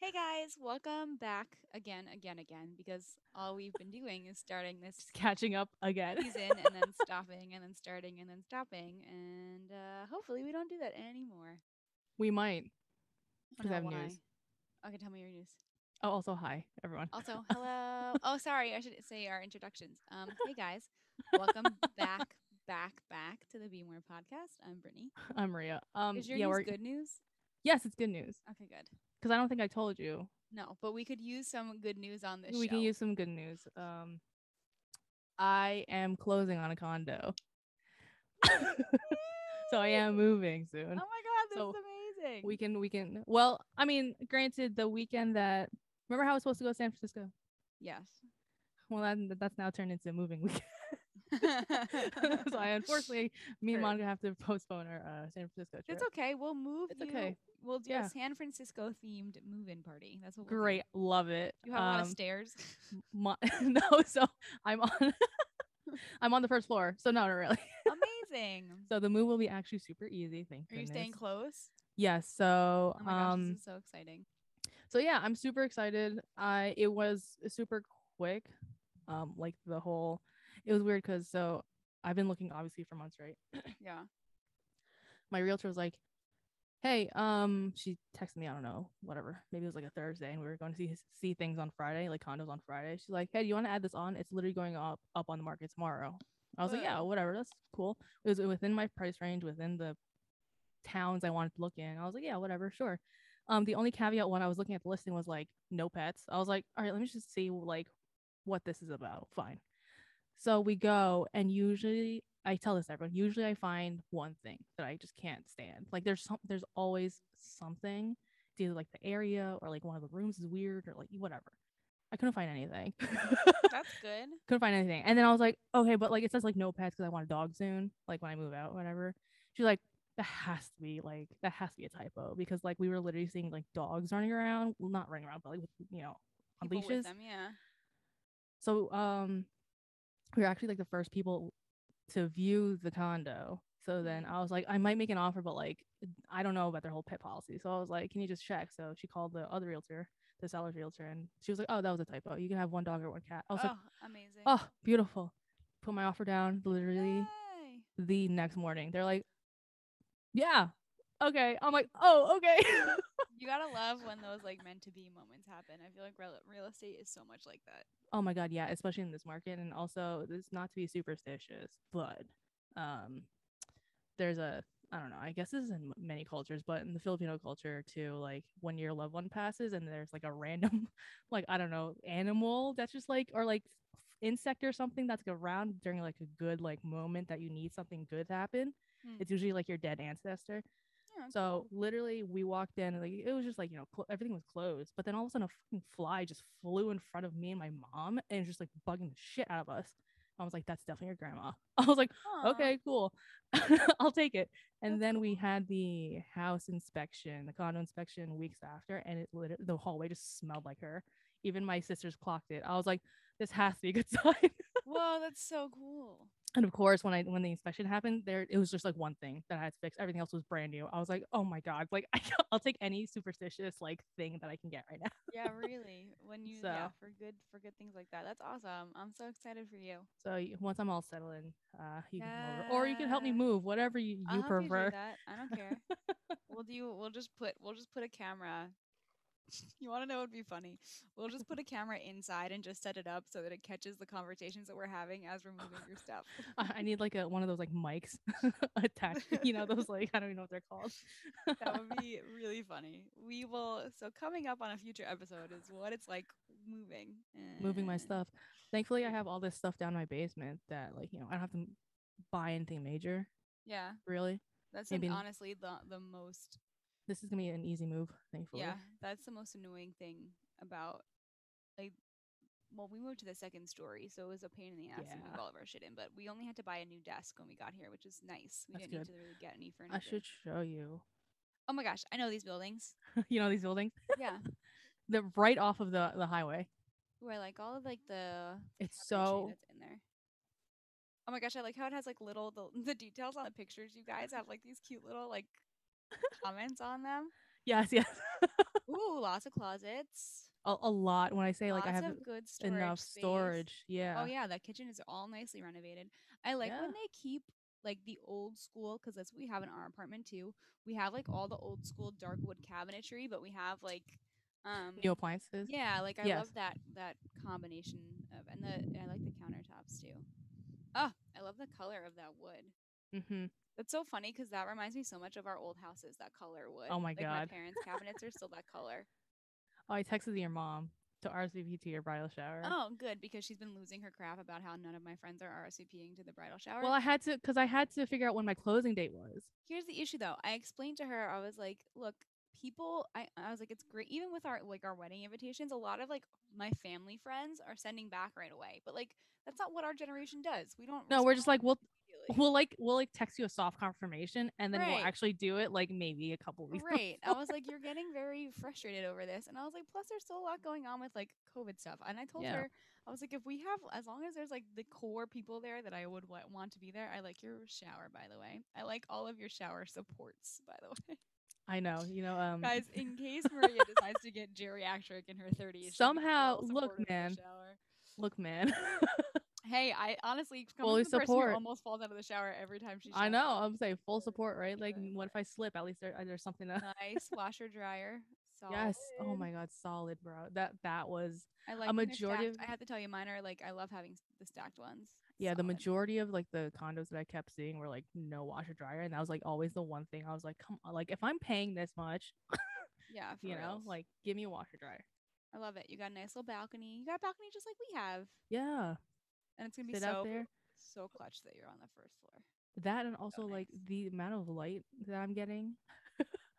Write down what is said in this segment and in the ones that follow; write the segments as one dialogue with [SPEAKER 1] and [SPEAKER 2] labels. [SPEAKER 1] Hey guys, welcome back again, again, again, because all we've been doing is starting this
[SPEAKER 2] Just catching up again.
[SPEAKER 1] season and then stopping and then starting and then stopping. And uh, hopefully we don't do that anymore.
[SPEAKER 2] We might.
[SPEAKER 1] I
[SPEAKER 2] 'Cause I
[SPEAKER 1] don't know
[SPEAKER 2] have news.
[SPEAKER 1] why. Okay, tell me your news.
[SPEAKER 2] Oh, also hi everyone.
[SPEAKER 1] Also, hello. oh, sorry, I should say our introductions. Um, hey guys, welcome back, back, back to the Be More podcast. I'm Brittany.
[SPEAKER 2] I'm Maria. Um,
[SPEAKER 1] Is your
[SPEAKER 2] yeah,
[SPEAKER 1] news
[SPEAKER 2] we're
[SPEAKER 1] good news?
[SPEAKER 2] yes, it's good news
[SPEAKER 1] Okay, good.
[SPEAKER 2] because I don't think I told you.
[SPEAKER 1] No, but we could use some good news on this
[SPEAKER 2] we can
[SPEAKER 1] show.
[SPEAKER 2] use some good news. Um, I am closing on a condo, so I am moving
[SPEAKER 1] Oh
[SPEAKER 2] soon.
[SPEAKER 1] my god, this
[SPEAKER 2] So,
[SPEAKER 1] is amazing.
[SPEAKER 2] We can, we can. Well, I mean, granted, the weekend that remember how I was supposed to go to San Francisco.
[SPEAKER 1] yes.
[SPEAKER 2] Well, that, that's now turned into a moving weekend. so I unfortunately, me and
[SPEAKER 1] True.
[SPEAKER 2] Monica have to postpone our uh, San Francisco trip.
[SPEAKER 1] It's okay. We'll move
[SPEAKER 2] It's
[SPEAKER 1] you.
[SPEAKER 2] okay.
[SPEAKER 1] We'll do
[SPEAKER 2] Yeah.
[SPEAKER 1] a San Francisco themed move in party. That's what we'll do.
[SPEAKER 2] Great, love it.
[SPEAKER 1] Do you have a lot of
[SPEAKER 2] Um,
[SPEAKER 1] stairs?
[SPEAKER 2] mo- no, so I'm on I'm on the first floor. So no, not really.
[SPEAKER 1] Amazing.
[SPEAKER 2] So the move will be actually super easy. Thank
[SPEAKER 1] Are you staying
[SPEAKER 2] goodness.
[SPEAKER 1] close?
[SPEAKER 2] Yes. So
[SPEAKER 1] Oh my gosh,
[SPEAKER 2] um
[SPEAKER 1] this is so exciting.
[SPEAKER 2] so yeah, I'm super excited. I it was super quick. Um like the whole it was weird cuz so I've been looking obviously for months, right?
[SPEAKER 1] Yeah.
[SPEAKER 2] my realtor was like, "Hey, um," she texted me. I don't know, whatever. Maybe it was like a Thursday, and we were going to see see things on Friday, like condos on Friday. She's like, "Hey, do you want to add this on? It's literally going up up on the market tomorrow." I was like, "Yeah,
[SPEAKER 1] Whoa.
[SPEAKER 2] whatever. That's cool." It was within my price range, within the towns I wanted to look in. I was like, "Yeah, whatever, sure." Um, the only caveat when I was looking at the listing was like no pets. I was like, "All right, let me just see like what this is about." Fine. So we go, and usually I tell this to everyone. Usually, I find one thing that I just can't stand. Like there's some, there's always something, it's either like the area or like one of the rooms is weird or like whatever. I couldn't find anything.
[SPEAKER 1] That's good.
[SPEAKER 2] couldn't find anything. And then I was like, okay, but like it says like no pets because I want a dog soon, like when I move out, whatever. She's like, that has to be like that has to be a typo because like we were literally seeing like dogs running around, well, not running around, but like with, you know on
[SPEAKER 1] People With
[SPEAKER 2] leashes.
[SPEAKER 1] them, yeah.
[SPEAKER 2] So um we were actually like the first people to view the condo. So then
[SPEAKER 1] Mhm.
[SPEAKER 2] I was like, I might make an offer, but like I don't know about their whole pet policy. So I was like, can you just check? So she called the other realtor, the seller's realtor, and she was like, Oh, that was a typo. You can have one dog or one cat. I was like,
[SPEAKER 1] oh, amazing.
[SPEAKER 2] Oh, beautiful. Put my offer down literally
[SPEAKER 1] Yay.
[SPEAKER 2] the next morning. They're like, Yeah, okay. I'm like, Oh, okay.
[SPEAKER 1] You gotta love when those like meant to be moments happen. I feel like real, real estate is so much like that.
[SPEAKER 2] Oh my god, yeah, especially in this market. And also this not to be superstitious, but um there's a I don't know, I guess this is in m- many cultures, but in the Filipino culture too, like when your loved one passes and there's like a random like I don't know, animal that's just like or like insect or something that's like, around during like a good like moment that you need something good to happen.
[SPEAKER 1] Hmm.
[SPEAKER 2] It's usually like your dead ancestor.
[SPEAKER 1] Yeah,
[SPEAKER 2] So literally, we walked in, and like it was just like you know clo everything was closed. But then all of a sudden, a fucking fly just flew in front of me and my mom, and it was just like bugging the shit out of us. I was like, "That's definitely your grandma." I was like,
[SPEAKER 1] Aw.
[SPEAKER 2] "Okay, cool, I'll take it." And
[SPEAKER 1] That's
[SPEAKER 2] then we had the house inspection, the condo inspection weeks after, and it lit- the hallway just smelled like her. Even my sisters clocked it. I was like, "This has to be a good sign."
[SPEAKER 1] Whoa, that's so cool.
[SPEAKER 2] And of course, when I when the inspection happened, there it was just like one thing that I had to fix. Everything else was brand new. I was like, oh my god, like I, will take any superstitious like thing that I can get right now.
[SPEAKER 1] Yeah, really. When you yeah
[SPEAKER 2] So-
[SPEAKER 1] for good for good things like that, that's awesome. I'm so excited for you.
[SPEAKER 2] So y- once I'm all settled in, uh, you can come over, or you can help me
[SPEAKER 1] Yeah.
[SPEAKER 2] move, whatever you,
[SPEAKER 1] I'll
[SPEAKER 2] you
[SPEAKER 1] help do
[SPEAKER 2] prefer.
[SPEAKER 1] that. I don't care. we'll do. We'll just put. We'll just put a camera. You want to know what would be funny? We'll just put a camera inside and just set it up so that it catches the conversations that we're having as we're moving your stuff.
[SPEAKER 2] I, I need like a one of those like mics attached. You know those like I don't even know what they're called.
[SPEAKER 1] that would be really funny. We will. So coming up on a future episode is what it's like moving.
[SPEAKER 2] Moving my
[SPEAKER 1] Uh,
[SPEAKER 2] stuff. Thankfully, I have all this stuff down in my basement that like you know I don't have to m- buy anything major
[SPEAKER 1] Yeah,
[SPEAKER 2] really.
[SPEAKER 1] that's
[SPEAKER 2] Maybe
[SPEAKER 1] an,
[SPEAKER 2] n-
[SPEAKER 1] honestly the the most.
[SPEAKER 2] This is gonna be an easy move, thankfully.
[SPEAKER 1] Yeah, that's the most annoying thing about like well, we moved to the second story, so it was a pain in the ass to move
[SPEAKER 2] Yeah.
[SPEAKER 1] all of our shit in. But we only had to buy a new desk when we got here, which is nice. We
[SPEAKER 2] That's
[SPEAKER 1] didn't need to
[SPEAKER 2] good.
[SPEAKER 1] really get any furniture.
[SPEAKER 2] I should show you.
[SPEAKER 1] Oh my gosh, I know these buildings.
[SPEAKER 2] you know these buildings.
[SPEAKER 1] Yeah,
[SPEAKER 2] they're right off of the the highway.
[SPEAKER 1] Ooh, I like all of like the
[SPEAKER 2] It's
[SPEAKER 1] carpentry
[SPEAKER 2] so
[SPEAKER 1] that's in there. Oh my gosh, I like how it has like little the, the details on the pictures. You guys have like these cute little like comments on them.
[SPEAKER 2] yes, yes.
[SPEAKER 1] Ooh, lots of closets.
[SPEAKER 2] a, a lot when I say like I
[SPEAKER 1] lots
[SPEAKER 2] have
[SPEAKER 1] of good storage
[SPEAKER 2] enough
[SPEAKER 1] space.
[SPEAKER 2] storage. Yeah.
[SPEAKER 1] Oh yeah, that kitchen is all nicely renovated. I like
[SPEAKER 2] Yeah.
[SPEAKER 1] when they keep like the old school because that's what we have in our apartment too. We have like all the old school dark wood cabinetry, but we have like um
[SPEAKER 2] New appliances.
[SPEAKER 1] yeah, like I
[SPEAKER 2] Yes.
[SPEAKER 1] love that that combination of and the I like the countertops too. Oh, I love the color of that wood.
[SPEAKER 2] Mm-hmm.
[SPEAKER 1] That's so funny because that reminds me so much of our old houses. That color wood.
[SPEAKER 2] Oh my
[SPEAKER 1] like My
[SPEAKER 2] God.
[SPEAKER 1] parents' cabinets are still that color.
[SPEAKER 2] Oh, I texted your mom to RSVP to your bridal shower.
[SPEAKER 1] Oh, good because she's been losing her crap about how none of my friends are RSVPing to the bridal shower.
[SPEAKER 2] Well, I had to because I had to figure out when my closing date was.
[SPEAKER 1] here's the issue though. I explained to her, I was like, look, people I, I was like, it's great even with our like our wedding invitations, a lot of like my family friends are sending back right away. But like that's not what our generation does. We don't
[SPEAKER 2] No, we're just like,
[SPEAKER 1] respond immediately.
[SPEAKER 2] We'll like we'll like text you a soft confirmation and then we'll
[SPEAKER 1] Right.
[SPEAKER 2] actually do it like maybe a couple weeks.
[SPEAKER 1] Right. I was like, you're getting very frustrated over this. And I was like, plus there's still a lot going on with like COVID stuff. And I told
[SPEAKER 2] Yeah.
[SPEAKER 1] her, I was like, if we have, as long as there's like the core people there that I would wa- want to be there, I like your shower, by the way. I like all of your shower supports, by the way.
[SPEAKER 2] I know, you know, um
[SPEAKER 1] Guys, in case Maria decides to get geriatric in her 30s,
[SPEAKER 2] Somehow- look, man. look man.
[SPEAKER 1] Hey, I honestly, come
[SPEAKER 2] Fully
[SPEAKER 1] from the person
[SPEAKER 2] support.
[SPEAKER 1] who almost falls out of the shower every time she
[SPEAKER 2] I
[SPEAKER 1] showers.
[SPEAKER 2] know. I'm saying full
[SPEAKER 1] Good,
[SPEAKER 2] support, right? Like
[SPEAKER 1] good.
[SPEAKER 2] what if I slip? At least there, uh, there's something to
[SPEAKER 1] Nice washer dryer. Solid.
[SPEAKER 2] Yes. Oh my god, solid bro. That that was
[SPEAKER 1] I like when they're
[SPEAKER 2] majority
[SPEAKER 1] stacked.
[SPEAKER 2] of-
[SPEAKER 1] I have to tell you, mine are like I love having s- the stacked ones.
[SPEAKER 2] yeah, the
[SPEAKER 1] Solid.
[SPEAKER 2] majority of like the condos that I kept seeing were like no washer dryer. And that was like always the one thing I was like, come on, like if I'm paying this much,
[SPEAKER 1] Yeah, for
[SPEAKER 2] you know,
[SPEAKER 1] reals.
[SPEAKER 2] like give me a washer dryer.
[SPEAKER 1] I love it. You got a nice little balcony. You got a balcony just like we have,
[SPEAKER 2] Yeah.
[SPEAKER 1] and it's gonna be
[SPEAKER 2] Sit
[SPEAKER 1] so
[SPEAKER 2] out there.
[SPEAKER 1] so clutch that you're on the first floor.
[SPEAKER 2] That and also like
[SPEAKER 1] nice.
[SPEAKER 2] the amount of light that I'm getting.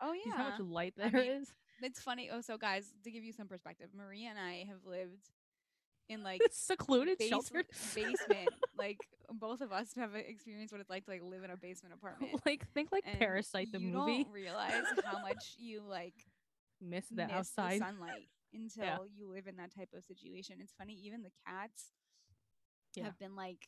[SPEAKER 1] Oh
[SPEAKER 2] Yeah.
[SPEAKER 1] yeah,
[SPEAKER 2] how much light
[SPEAKER 1] I
[SPEAKER 2] there is.
[SPEAKER 1] mean, it's funny. Oh, so guys, to give you some perspective, Maria and I have lived in like
[SPEAKER 2] It's secluded,
[SPEAKER 1] base-
[SPEAKER 2] sheltered
[SPEAKER 1] basement. like both of us have experienced what it's like to like live in a basement apartment.
[SPEAKER 2] like think like
[SPEAKER 1] and
[SPEAKER 2] Parasite the
[SPEAKER 1] you
[SPEAKER 2] movie.
[SPEAKER 1] don't realize how much you like
[SPEAKER 2] Miss that
[SPEAKER 1] miss the
[SPEAKER 2] outside.
[SPEAKER 1] sunlight until you live in that type of situation. It's funny, even the cats
[SPEAKER 2] Yeah.
[SPEAKER 1] have been like,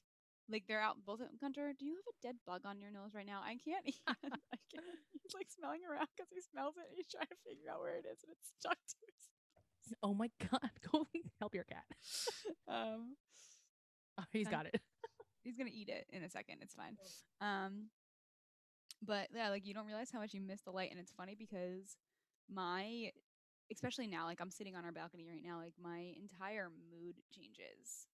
[SPEAKER 1] like they're out. Both of Gunter, do you have a dead bug on your nose right now? I can't. Even, I can't. He's like smelling around because he smells it. And he's trying to figure out where it is, and it's stuck to his.
[SPEAKER 2] Oh my god, go help your cat.
[SPEAKER 1] Um,
[SPEAKER 2] Oh, he's
[SPEAKER 1] Okay.
[SPEAKER 2] got it.
[SPEAKER 1] he's gonna eat it in a second. It's fine. Um, but yeah, like you don't realize how much you miss the light, and it's funny because my, especially now, like I'm sitting on our balcony right now, like my entire mood changes.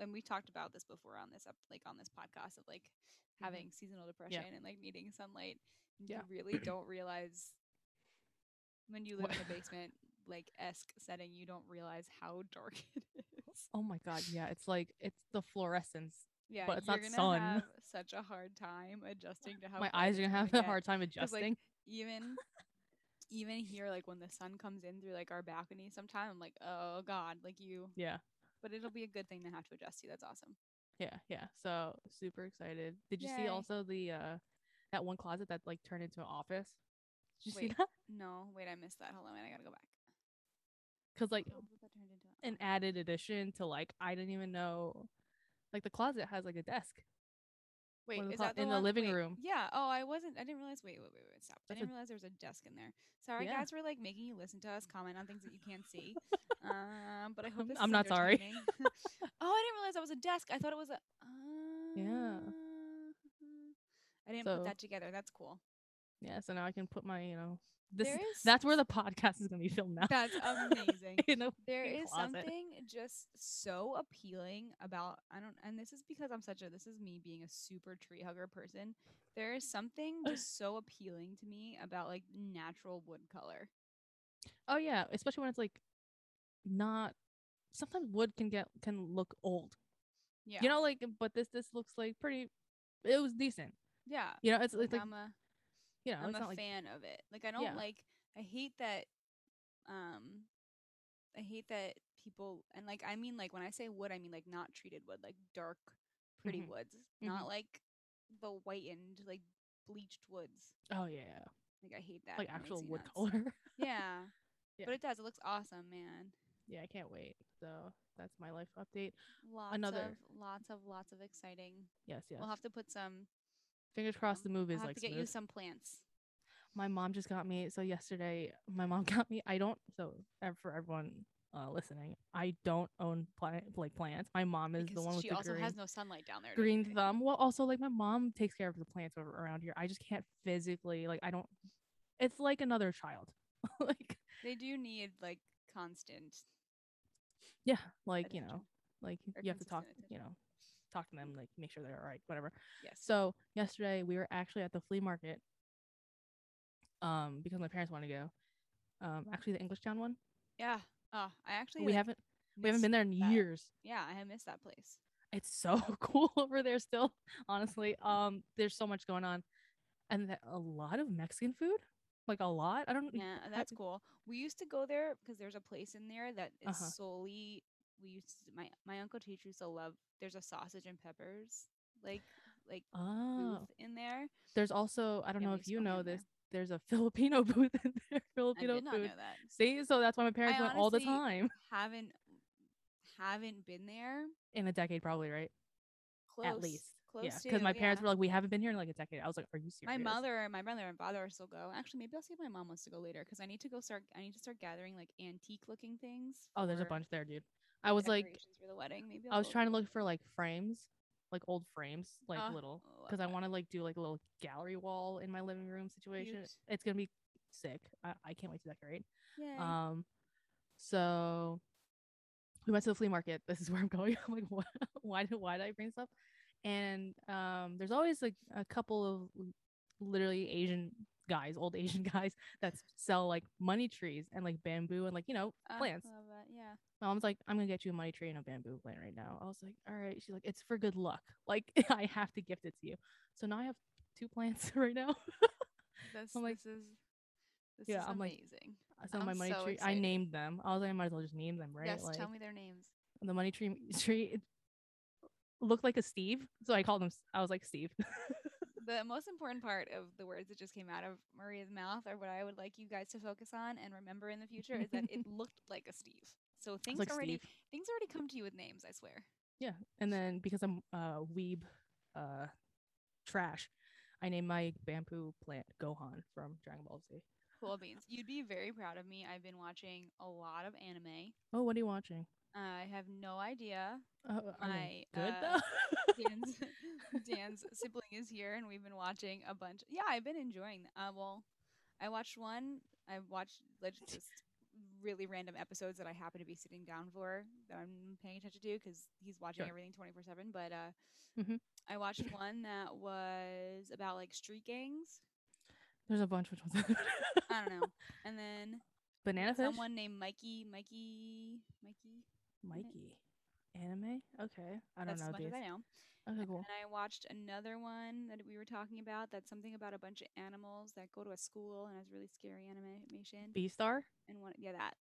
[SPEAKER 1] And we talked about this before on this up, like on this podcast of like having seasonal depression and like needing sunlight. and
[SPEAKER 2] Mm-hmm. Yeah.
[SPEAKER 1] You really don't realize when you live
[SPEAKER 2] What-
[SPEAKER 1] in a basement like esque setting, you don't realize how dark it is.
[SPEAKER 2] Oh my god, yeah. It's like it's the fluorescence.
[SPEAKER 1] Yeah,
[SPEAKER 2] but it's
[SPEAKER 1] you're
[SPEAKER 2] not
[SPEAKER 1] gonna
[SPEAKER 2] sun.
[SPEAKER 1] have such a hard time adjusting to how
[SPEAKER 2] my
[SPEAKER 1] bright
[SPEAKER 2] eyes are
[SPEAKER 1] it's
[SPEAKER 2] gonna have
[SPEAKER 1] get.
[SPEAKER 2] a hard time
[SPEAKER 1] 'Cause, like,
[SPEAKER 2] adjusting.
[SPEAKER 1] even even here, like when the sun comes in through like our balcony, sometime I'm like, oh god, like you.
[SPEAKER 2] yeah,
[SPEAKER 1] But it'll be a good thing to have to adjust to. That's awesome.
[SPEAKER 2] yeah, yeah. So super excited. Did you
[SPEAKER 1] Yay.
[SPEAKER 2] see also the uh that one closet that like turned into an office? Did you see
[SPEAKER 1] Wait.
[SPEAKER 2] that?
[SPEAKER 1] No, wait, I missed that. Hold on, wait, I gotta go back.
[SPEAKER 2] Because like
[SPEAKER 1] Oh, that turned into an
[SPEAKER 2] an added addition to like I didn't even know like the closet has like a desk.
[SPEAKER 1] Wait,
[SPEAKER 2] of the
[SPEAKER 1] is
[SPEAKER 2] clo-
[SPEAKER 1] that the
[SPEAKER 2] in the
[SPEAKER 1] one-
[SPEAKER 2] living
[SPEAKER 1] wait,
[SPEAKER 2] room.
[SPEAKER 1] Yeah. Oh, I wasn't. I didn't realize. Wait, wait, wait, wait. Stop. I
[SPEAKER 2] That's
[SPEAKER 1] didn't
[SPEAKER 2] a-
[SPEAKER 1] realize there was a desk in there. Sorry,
[SPEAKER 2] Yeah.
[SPEAKER 1] guys. We're like making you listen to us comment on things that you can't see. um, but I hope this.
[SPEAKER 2] I'm
[SPEAKER 1] is
[SPEAKER 2] not sorry.
[SPEAKER 1] entertaining. oh, I didn't realize that was a desk. I thought it was a. Uh,
[SPEAKER 2] Yeah.
[SPEAKER 1] I didn't
[SPEAKER 2] So-
[SPEAKER 1] put that together. That's cool.
[SPEAKER 2] Yeah, so now I can put my, you know, this
[SPEAKER 1] There is-
[SPEAKER 2] that's where the podcast is gonna be filmed now.
[SPEAKER 1] That's amazing.
[SPEAKER 2] you know,
[SPEAKER 1] There
[SPEAKER 2] freaking
[SPEAKER 1] is
[SPEAKER 2] closet.
[SPEAKER 1] something just so appealing about I don't and this is because I'm such a this is me being a super tree hugger person. There is something just so appealing to me about like natural wood color.
[SPEAKER 2] Oh yeah, especially when it's like not sometimes wood can get can look old.
[SPEAKER 1] Yeah.
[SPEAKER 2] You know, like but this this looks like pretty it was decent.
[SPEAKER 1] yeah.
[SPEAKER 2] You know, it's it's like
[SPEAKER 1] I'm a
[SPEAKER 2] you know,
[SPEAKER 1] I'm
[SPEAKER 2] it's
[SPEAKER 1] a
[SPEAKER 2] not like
[SPEAKER 1] fan of it. Like I don't
[SPEAKER 2] Yeah.
[SPEAKER 1] like I hate that um I hate that people and like I mean like when I say wood I mean like not treated wood, like dark pretty
[SPEAKER 2] Mhm.
[SPEAKER 1] woods, not like the whitened like bleached woods.
[SPEAKER 2] oh yeah, yeah,
[SPEAKER 1] Like I hate that.
[SPEAKER 2] like
[SPEAKER 1] It makes
[SPEAKER 2] actual
[SPEAKER 1] me
[SPEAKER 2] wood
[SPEAKER 1] nuts.
[SPEAKER 2] color.
[SPEAKER 1] Yeah.
[SPEAKER 2] Yeah.
[SPEAKER 1] But it does. It looks awesome, man.
[SPEAKER 2] yeah, I can't wait. So that's my life update.
[SPEAKER 1] Lots
[SPEAKER 2] Another-
[SPEAKER 1] of lots of lots of exciting.
[SPEAKER 2] Yes, yes.
[SPEAKER 1] We'll have to put some
[SPEAKER 2] Fingers crossed the
[SPEAKER 1] um,
[SPEAKER 2] move
[SPEAKER 1] I'll
[SPEAKER 2] is
[SPEAKER 1] have
[SPEAKER 2] like
[SPEAKER 1] to get you
[SPEAKER 2] smooth.
[SPEAKER 1] some plants.
[SPEAKER 2] my mom just got me so yesterday my mom got me i don't so ev- for everyone uh listening i don't own plant like plants my mom is
[SPEAKER 1] because
[SPEAKER 2] the one with
[SPEAKER 1] she
[SPEAKER 2] the
[SPEAKER 1] also
[SPEAKER 2] green,
[SPEAKER 1] has no sunlight down there. to
[SPEAKER 2] green
[SPEAKER 1] anything.
[SPEAKER 2] thumb well also like my mom takes care of the plants over around here i just can't physically like i don't it's like another child like
[SPEAKER 1] They do need like constant.
[SPEAKER 2] yeah like you know
[SPEAKER 1] attention.
[SPEAKER 2] like
[SPEAKER 1] Or
[SPEAKER 2] you have to talk
[SPEAKER 1] consistent attention.
[SPEAKER 2] you know talk to them like make sure they're all right whatever
[SPEAKER 1] Yes.
[SPEAKER 2] So yesterday we were actually at the flea market. Um, because my parents wanted to go. Um, actually the English town one.
[SPEAKER 1] yeah. Oh, I actually
[SPEAKER 2] we
[SPEAKER 1] like,
[SPEAKER 2] haven't we haven't been there in
[SPEAKER 1] that.
[SPEAKER 2] years.
[SPEAKER 1] Yeah, I have missed that place.
[SPEAKER 2] It's so cool over there still, honestly. Um, there's so much going on. And th- a lot of Mexican food. Like a lot. I don't
[SPEAKER 1] Yeah, that's cool. We used to go there because there's a place in there that is
[SPEAKER 2] Uh-huh.
[SPEAKER 1] solely we used to, my my uncle teacher used to love. There's a sausage and peppers like like
[SPEAKER 2] Oh.
[SPEAKER 1] booth in there.
[SPEAKER 2] There's also I don't
[SPEAKER 1] Yeah,
[SPEAKER 2] know
[SPEAKER 1] we used
[SPEAKER 2] if
[SPEAKER 1] to
[SPEAKER 2] you
[SPEAKER 1] go
[SPEAKER 2] know
[SPEAKER 1] in there.
[SPEAKER 2] this, there's a Filipino booth in there.
[SPEAKER 1] I
[SPEAKER 2] Filipino
[SPEAKER 1] did not know
[SPEAKER 2] food.
[SPEAKER 1] that.
[SPEAKER 2] See, so that's why my parents
[SPEAKER 1] I
[SPEAKER 2] went all the
[SPEAKER 1] honestly-
[SPEAKER 2] time.
[SPEAKER 1] Haven't haven't been there.
[SPEAKER 2] In a decade probably, right?
[SPEAKER 1] Close,
[SPEAKER 2] At least.
[SPEAKER 1] close
[SPEAKER 2] yeah, because
[SPEAKER 1] to,
[SPEAKER 2] my parents
[SPEAKER 1] yeah.
[SPEAKER 2] were like, we haven't been here in like a decade. I was like, are you
[SPEAKER 1] My
[SPEAKER 2] serious?
[SPEAKER 1] mother and my brother and father are still go. Actually, maybe I'll see if my mom wants to go later because I need to go start. I need to start gathering like antique looking things.
[SPEAKER 2] Oh, there's a
[SPEAKER 1] for
[SPEAKER 2] bunch there, dude. I was like,
[SPEAKER 1] decorations for the wedding. Maybe
[SPEAKER 2] I
[SPEAKER 1] I'll
[SPEAKER 2] was
[SPEAKER 1] go
[SPEAKER 2] trying to
[SPEAKER 1] over
[SPEAKER 2] look for like frames, like old frames, like
[SPEAKER 1] Ah,
[SPEAKER 2] little,
[SPEAKER 1] I love
[SPEAKER 2] because I
[SPEAKER 1] that.
[SPEAKER 2] want to like do like a little gallery wall in my living room situation.
[SPEAKER 1] Cute.
[SPEAKER 2] It's gonna be sick. I, I can't wait to decorate.
[SPEAKER 1] there. Yay.
[SPEAKER 2] Um, so we went to the flea market. This is where I'm going. I'm like, what? why did why did I bring this up? And um, there's always like a couple of l- literally Asian guys, old Asian guys that s- sell like money trees and like bamboo and like you know
[SPEAKER 1] Ah,
[SPEAKER 2] plants.
[SPEAKER 1] love that. Yeah.
[SPEAKER 2] My mom's like, I'm gonna get you a money tree and a bamboo plant right now. I was like, all right. She's like, it's for good luck. Like I have to gift it to you. So now I have two plants right now.
[SPEAKER 1] This,
[SPEAKER 2] I'm like-
[SPEAKER 1] this is this
[SPEAKER 2] Yeah,
[SPEAKER 1] is
[SPEAKER 2] I'm like,
[SPEAKER 1] amazing.
[SPEAKER 2] So
[SPEAKER 1] I'm
[SPEAKER 2] my money
[SPEAKER 1] so
[SPEAKER 2] tree, I
[SPEAKER 1] excited.
[SPEAKER 2] named them. I was like, I might as well just name them, right?
[SPEAKER 1] yes,
[SPEAKER 2] like,
[SPEAKER 1] tell me their names.
[SPEAKER 2] the money tree tree it looked like a Steve, so I called him. I was like Steve.
[SPEAKER 1] The most important part of the words that just came out of Maria's mouth are what I would like you guys to focus on and remember in the future is that it looked like a Steve. So
[SPEAKER 2] I was
[SPEAKER 1] things
[SPEAKER 2] like
[SPEAKER 1] already
[SPEAKER 2] Steve.
[SPEAKER 1] things already come to you with names, I swear.
[SPEAKER 2] Yeah, and then because I'm uh weeb, uh, trash, I named my bamboo plant Gohan from Dragon Ball Z.
[SPEAKER 1] Cool beans. You'd be very proud of me. I've been watching a lot of anime. Uh,
[SPEAKER 2] Oh, what are you watching?
[SPEAKER 1] I have no idea.
[SPEAKER 2] Uh, I mean,
[SPEAKER 1] My
[SPEAKER 2] good
[SPEAKER 1] uh,
[SPEAKER 2] though.
[SPEAKER 1] Dan's, Dan's sibling is here, and we've been watching a bunch. Yeah, I've been enjoying. th- Uh, well, I watched one. I watched like just really random episodes that I happen to be sitting down for that I'm paying attention to because he's watching
[SPEAKER 2] Sure.
[SPEAKER 1] everything 24 seven. But uh,
[SPEAKER 2] Mhm.
[SPEAKER 1] I watched one that was about like street gangs.
[SPEAKER 2] There's a bunch of ones.
[SPEAKER 1] I don't know. And then
[SPEAKER 2] Banana fish.
[SPEAKER 1] someone named Mikey, Mikey, Mikey.
[SPEAKER 2] Mikey. Anime. Okay, I don't
[SPEAKER 1] That's as
[SPEAKER 2] know
[SPEAKER 1] much
[SPEAKER 2] these.
[SPEAKER 1] as I know.
[SPEAKER 2] Okay, cool.
[SPEAKER 1] And I watched another one that we were talking about. That's something about a bunch of animals that go to a school and has really scary animation.
[SPEAKER 2] B Star.
[SPEAKER 1] and one, yeah, that.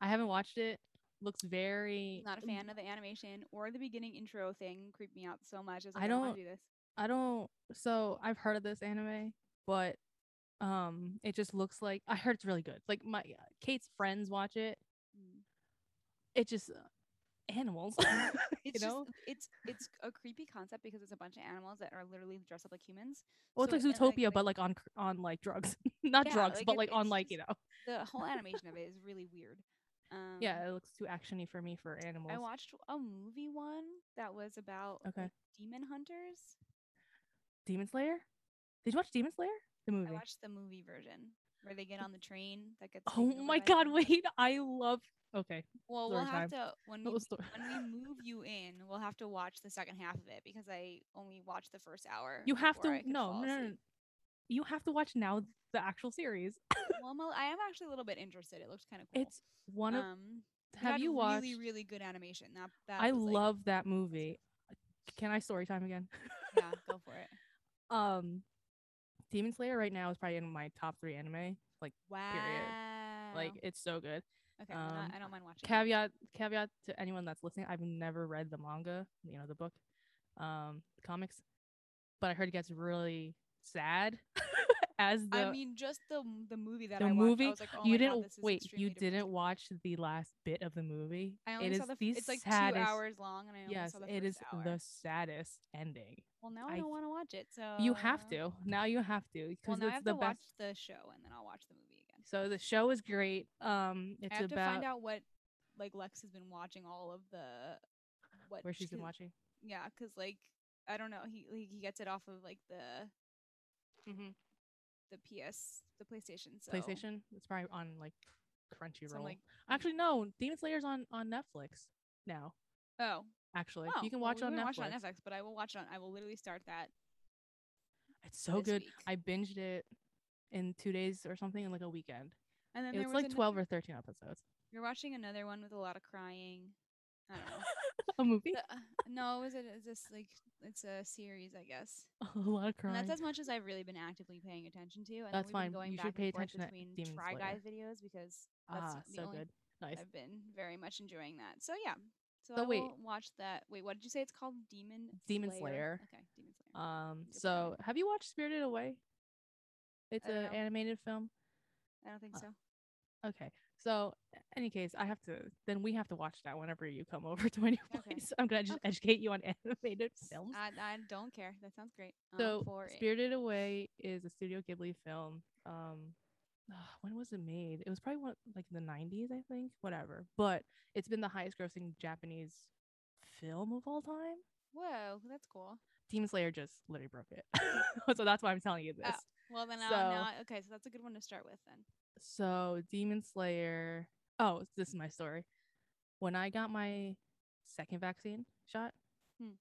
[SPEAKER 2] I haven't watched it. Looks very
[SPEAKER 1] Not a fan of the animation or the beginning intro thing. Creeped me out so much. I, was
[SPEAKER 2] I
[SPEAKER 1] like, I don't. want
[SPEAKER 2] don't-
[SPEAKER 1] to do this.
[SPEAKER 2] I don't so I've heard of this anime, but um it just looks like I heard it's really good. Like my uh, Kate's friends watch it.
[SPEAKER 1] Mm.
[SPEAKER 2] It just uh, animals. you
[SPEAKER 1] It's
[SPEAKER 2] know?
[SPEAKER 1] just it's it's a creepy concept because it's a bunch of animals that are literally dressed up like humans.
[SPEAKER 2] well, it's
[SPEAKER 1] so-
[SPEAKER 2] like
[SPEAKER 1] and, like,
[SPEAKER 2] Zootopia,
[SPEAKER 1] like-
[SPEAKER 2] but like on cr- on like drugs. Not
[SPEAKER 1] Yeah,
[SPEAKER 2] drugs,
[SPEAKER 1] like,
[SPEAKER 2] but
[SPEAKER 1] it-
[SPEAKER 2] like on
[SPEAKER 1] it's
[SPEAKER 2] like,
[SPEAKER 1] just-
[SPEAKER 2] you know.
[SPEAKER 1] The whole animation of it is really weird. Um,
[SPEAKER 2] yeah, it looks too actiony for me for animals.
[SPEAKER 1] I watched a movie one that was about
[SPEAKER 2] Okay.
[SPEAKER 1] like, demon hunters.
[SPEAKER 2] Demon Slayer? Did you watch Demon Slayer? The movie.
[SPEAKER 1] I watched the movie version where they get on the train that gets.
[SPEAKER 2] Oh
[SPEAKER 1] taken over
[SPEAKER 2] my
[SPEAKER 1] by
[SPEAKER 2] god,
[SPEAKER 1] zombies.
[SPEAKER 2] wait. I love Okay.
[SPEAKER 1] Well,
[SPEAKER 2] Story
[SPEAKER 1] we'll have
[SPEAKER 2] time.
[SPEAKER 1] to when we
[SPEAKER 2] That was story.
[SPEAKER 1] when we move you in, we'll have to watch the second half of it because I only watched the first hour.
[SPEAKER 2] You have to
[SPEAKER 1] before I could
[SPEAKER 2] no,
[SPEAKER 1] fall
[SPEAKER 2] no, no, no.
[SPEAKER 1] asleep.
[SPEAKER 2] You have to watch now the actual series.
[SPEAKER 1] Well, I'm a- I am actually a little bit interested. It looks kind of cool.
[SPEAKER 2] It's one of
[SPEAKER 1] um, it
[SPEAKER 2] Have
[SPEAKER 1] had
[SPEAKER 2] you watched
[SPEAKER 1] really really good animation? That that
[SPEAKER 2] I
[SPEAKER 1] was, like-
[SPEAKER 2] love that movie. Can I story time again?
[SPEAKER 1] Yeah, go for it.
[SPEAKER 2] um Demon Slayer right now is probably in my top three anime. Like
[SPEAKER 1] Wow.
[SPEAKER 2] like it's so good.
[SPEAKER 1] okay, well, not-
[SPEAKER 2] um,
[SPEAKER 1] I don't mind watching. it.
[SPEAKER 2] Caveat caveat to anyone that's listening, I've never read the manga, you know, the book, um, comics. But I heard it gets really sad as the
[SPEAKER 1] I mean, just the the movie that
[SPEAKER 2] the
[SPEAKER 1] I watched,
[SPEAKER 2] movie
[SPEAKER 1] I was like, oh
[SPEAKER 2] you
[SPEAKER 1] my God,
[SPEAKER 2] didn't
[SPEAKER 1] this is
[SPEAKER 2] wait you
[SPEAKER 1] extremely
[SPEAKER 2] didn't
[SPEAKER 1] depressing.
[SPEAKER 2] watch the last bit of the movie
[SPEAKER 1] I
[SPEAKER 2] it
[SPEAKER 1] only
[SPEAKER 2] is
[SPEAKER 1] saw the. f-
[SPEAKER 2] the
[SPEAKER 1] it's like
[SPEAKER 2] saddest
[SPEAKER 1] two hours long, and I only
[SPEAKER 2] yes
[SPEAKER 1] saw the
[SPEAKER 2] it
[SPEAKER 1] first
[SPEAKER 2] is
[SPEAKER 1] hour.
[SPEAKER 2] the saddest ending
[SPEAKER 1] Well, now I,
[SPEAKER 2] I-
[SPEAKER 1] don't want to watch it. So
[SPEAKER 2] you have to now you have to
[SPEAKER 1] Uh, Well,
[SPEAKER 2] because
[SPEAKER 1] now I
[SPEAKER 2] it's
[SPEAKER 1] have
[SPEAKER 2] the
[SPEAKER 1] to
[SPEAKER 2] best
[SPEAKER 1] watch the show, and then I'll watch the movie again.
[SPEAKER 2] so the show is great um it's
[SPEAKER 1] I have
[SPEAKER 2] about
[SPEAKER 1] to find out what like Lex has been watching all of the what
[SPEAKER 2] where she's been
[SPEAKER 1] 'cause-
[SPEAKER 2] watching
[SPEAKER 1] Yeah, because like I don't know, he like, he gets it off of like the
[SPEAKER 2] Mhm.
[SPEAKER 1] the PS the PlayStation. So
[SPEAKER 2] playstation it's probably on like crunchyroll
[SPEAKER 1] So I'm like,
[SPEAKER 2] actually no demon slayer's on on netflix now
[SPEAKER 1] oh,
[SPEAKER 2] actually
[SPEAKER 1] oh,
[SPEAKER 2] you can
[SPEAKER 1] well, we
[SPEAKER 2] watch, it on
[SPEAKER 1] wouldn't
[SPEAKER 2] netflix.
[SPEAKER 1] watch it on Netflix, but I will watch it on. I will literally start that.
[SPEAKER 2] it's so
[SPEAKER 1] this
[SPEAKER 2] good
[SPEAKER 1] week.
[SPEAKER 2] i binged it in two days or something in like a weekend
[SPEAKER 1] And then
[SPEAKER 2] it's
[SPEAKER 1] there was
[SPEAKER 2] like
[SPEAKER 1] ano-
[SPEAKER 2] 12 or 13 episodes
[SPEAKER 1] You're watching another one with a lot of crying. I don't know.
[SPEAKER 2] a movie
[SPEAKER 1] The- uh, no, it was a, it's just like it's a series, I guess.
[SPEAKER 2] a lot of
[SPEAKER 1] And
[SPEAKER 2] crying
[SPEAKER 1] that's as much as I've really been actively paying attention to. And then
[SPEAKER 2] That's
[SPEAKER 1] we've
[SPEAKER 2] fine.
[SPEAKER 1] Been going
[SPEAKER 2] You should
[SPEAKER 1] back and
[SPEAKER 2] pay
[SPEAKER 1] forth
[SPEAKER 2] attention to
[SPEAKER 1] between
[SPEAKER 2] Demon
[SPEAKER 1] Try
[SPEAKER 2] Slayer.
[SPEAKER 1] Guys videos because that's
[SPEAKER 2] ah
[SPEAKER 1] the
[SPEAKER 2] so
[SPEAKER 1] only-
[SPEAKER 2] good nice
[SPEAKER 1] I've been very much enjoying that. So yeah. So,
[SPEAKER 2] So
[SPEAKER 1] I
[SPEAKER 2] wait.
[SPEAKER 1] will watch that. Wait, what did you say? It's called Demon
[SPEAKER 2] Demon Slayer.
[SPEAKER 1] Okay, Demon Slayer.
[SPEAKER 2] um
[SPEAKER 1] Good plan.
[SPEAKER 2] so have you watched spirited away it's
[SPEAKER 1] I don't
[SPEAKER 2] an
[SPEAKER 1] know.
[SPEAKER 2] animated film
[SPEAKER 1] I don't think
[SPEAKER 2] uh,
[SPEAKER 1] so.
[SPEAKER 2] okay so any case i have to then we have to watch that whenever you come over to my new
[SPEAKER 1] Okay.
[SPEAKER 2] place i'm gonna just
[SPEAKER 1] Okay.
[SPEAKER 2] educate you on animated films
[SPEAKER 1] I, I don't care. That sounds great. Um,
[SPEAKER 2] so
[SPEAKER 1] for it.
[SPEAKER 2] spirited away is a studio ghibli film um ah, when was it made it was probably one, like the 90s i think whatever but it's been the highest grossing japanese film of all time
[SPEAKER 1] Whoa, that's cool.
[SPEAKER 2] demon slayer just literally broke it so that's why i'm telling you this
[SPEAKER 1] Well then,
[SPEAKER 2] So-
[SPEAKER 1] I'll, now I- okay. So that's a good one to start with then.
[SPEAKER 2] so demon slayer oh this is my story when i got my second vaccine shot
[SPEAKER 1] Hmm.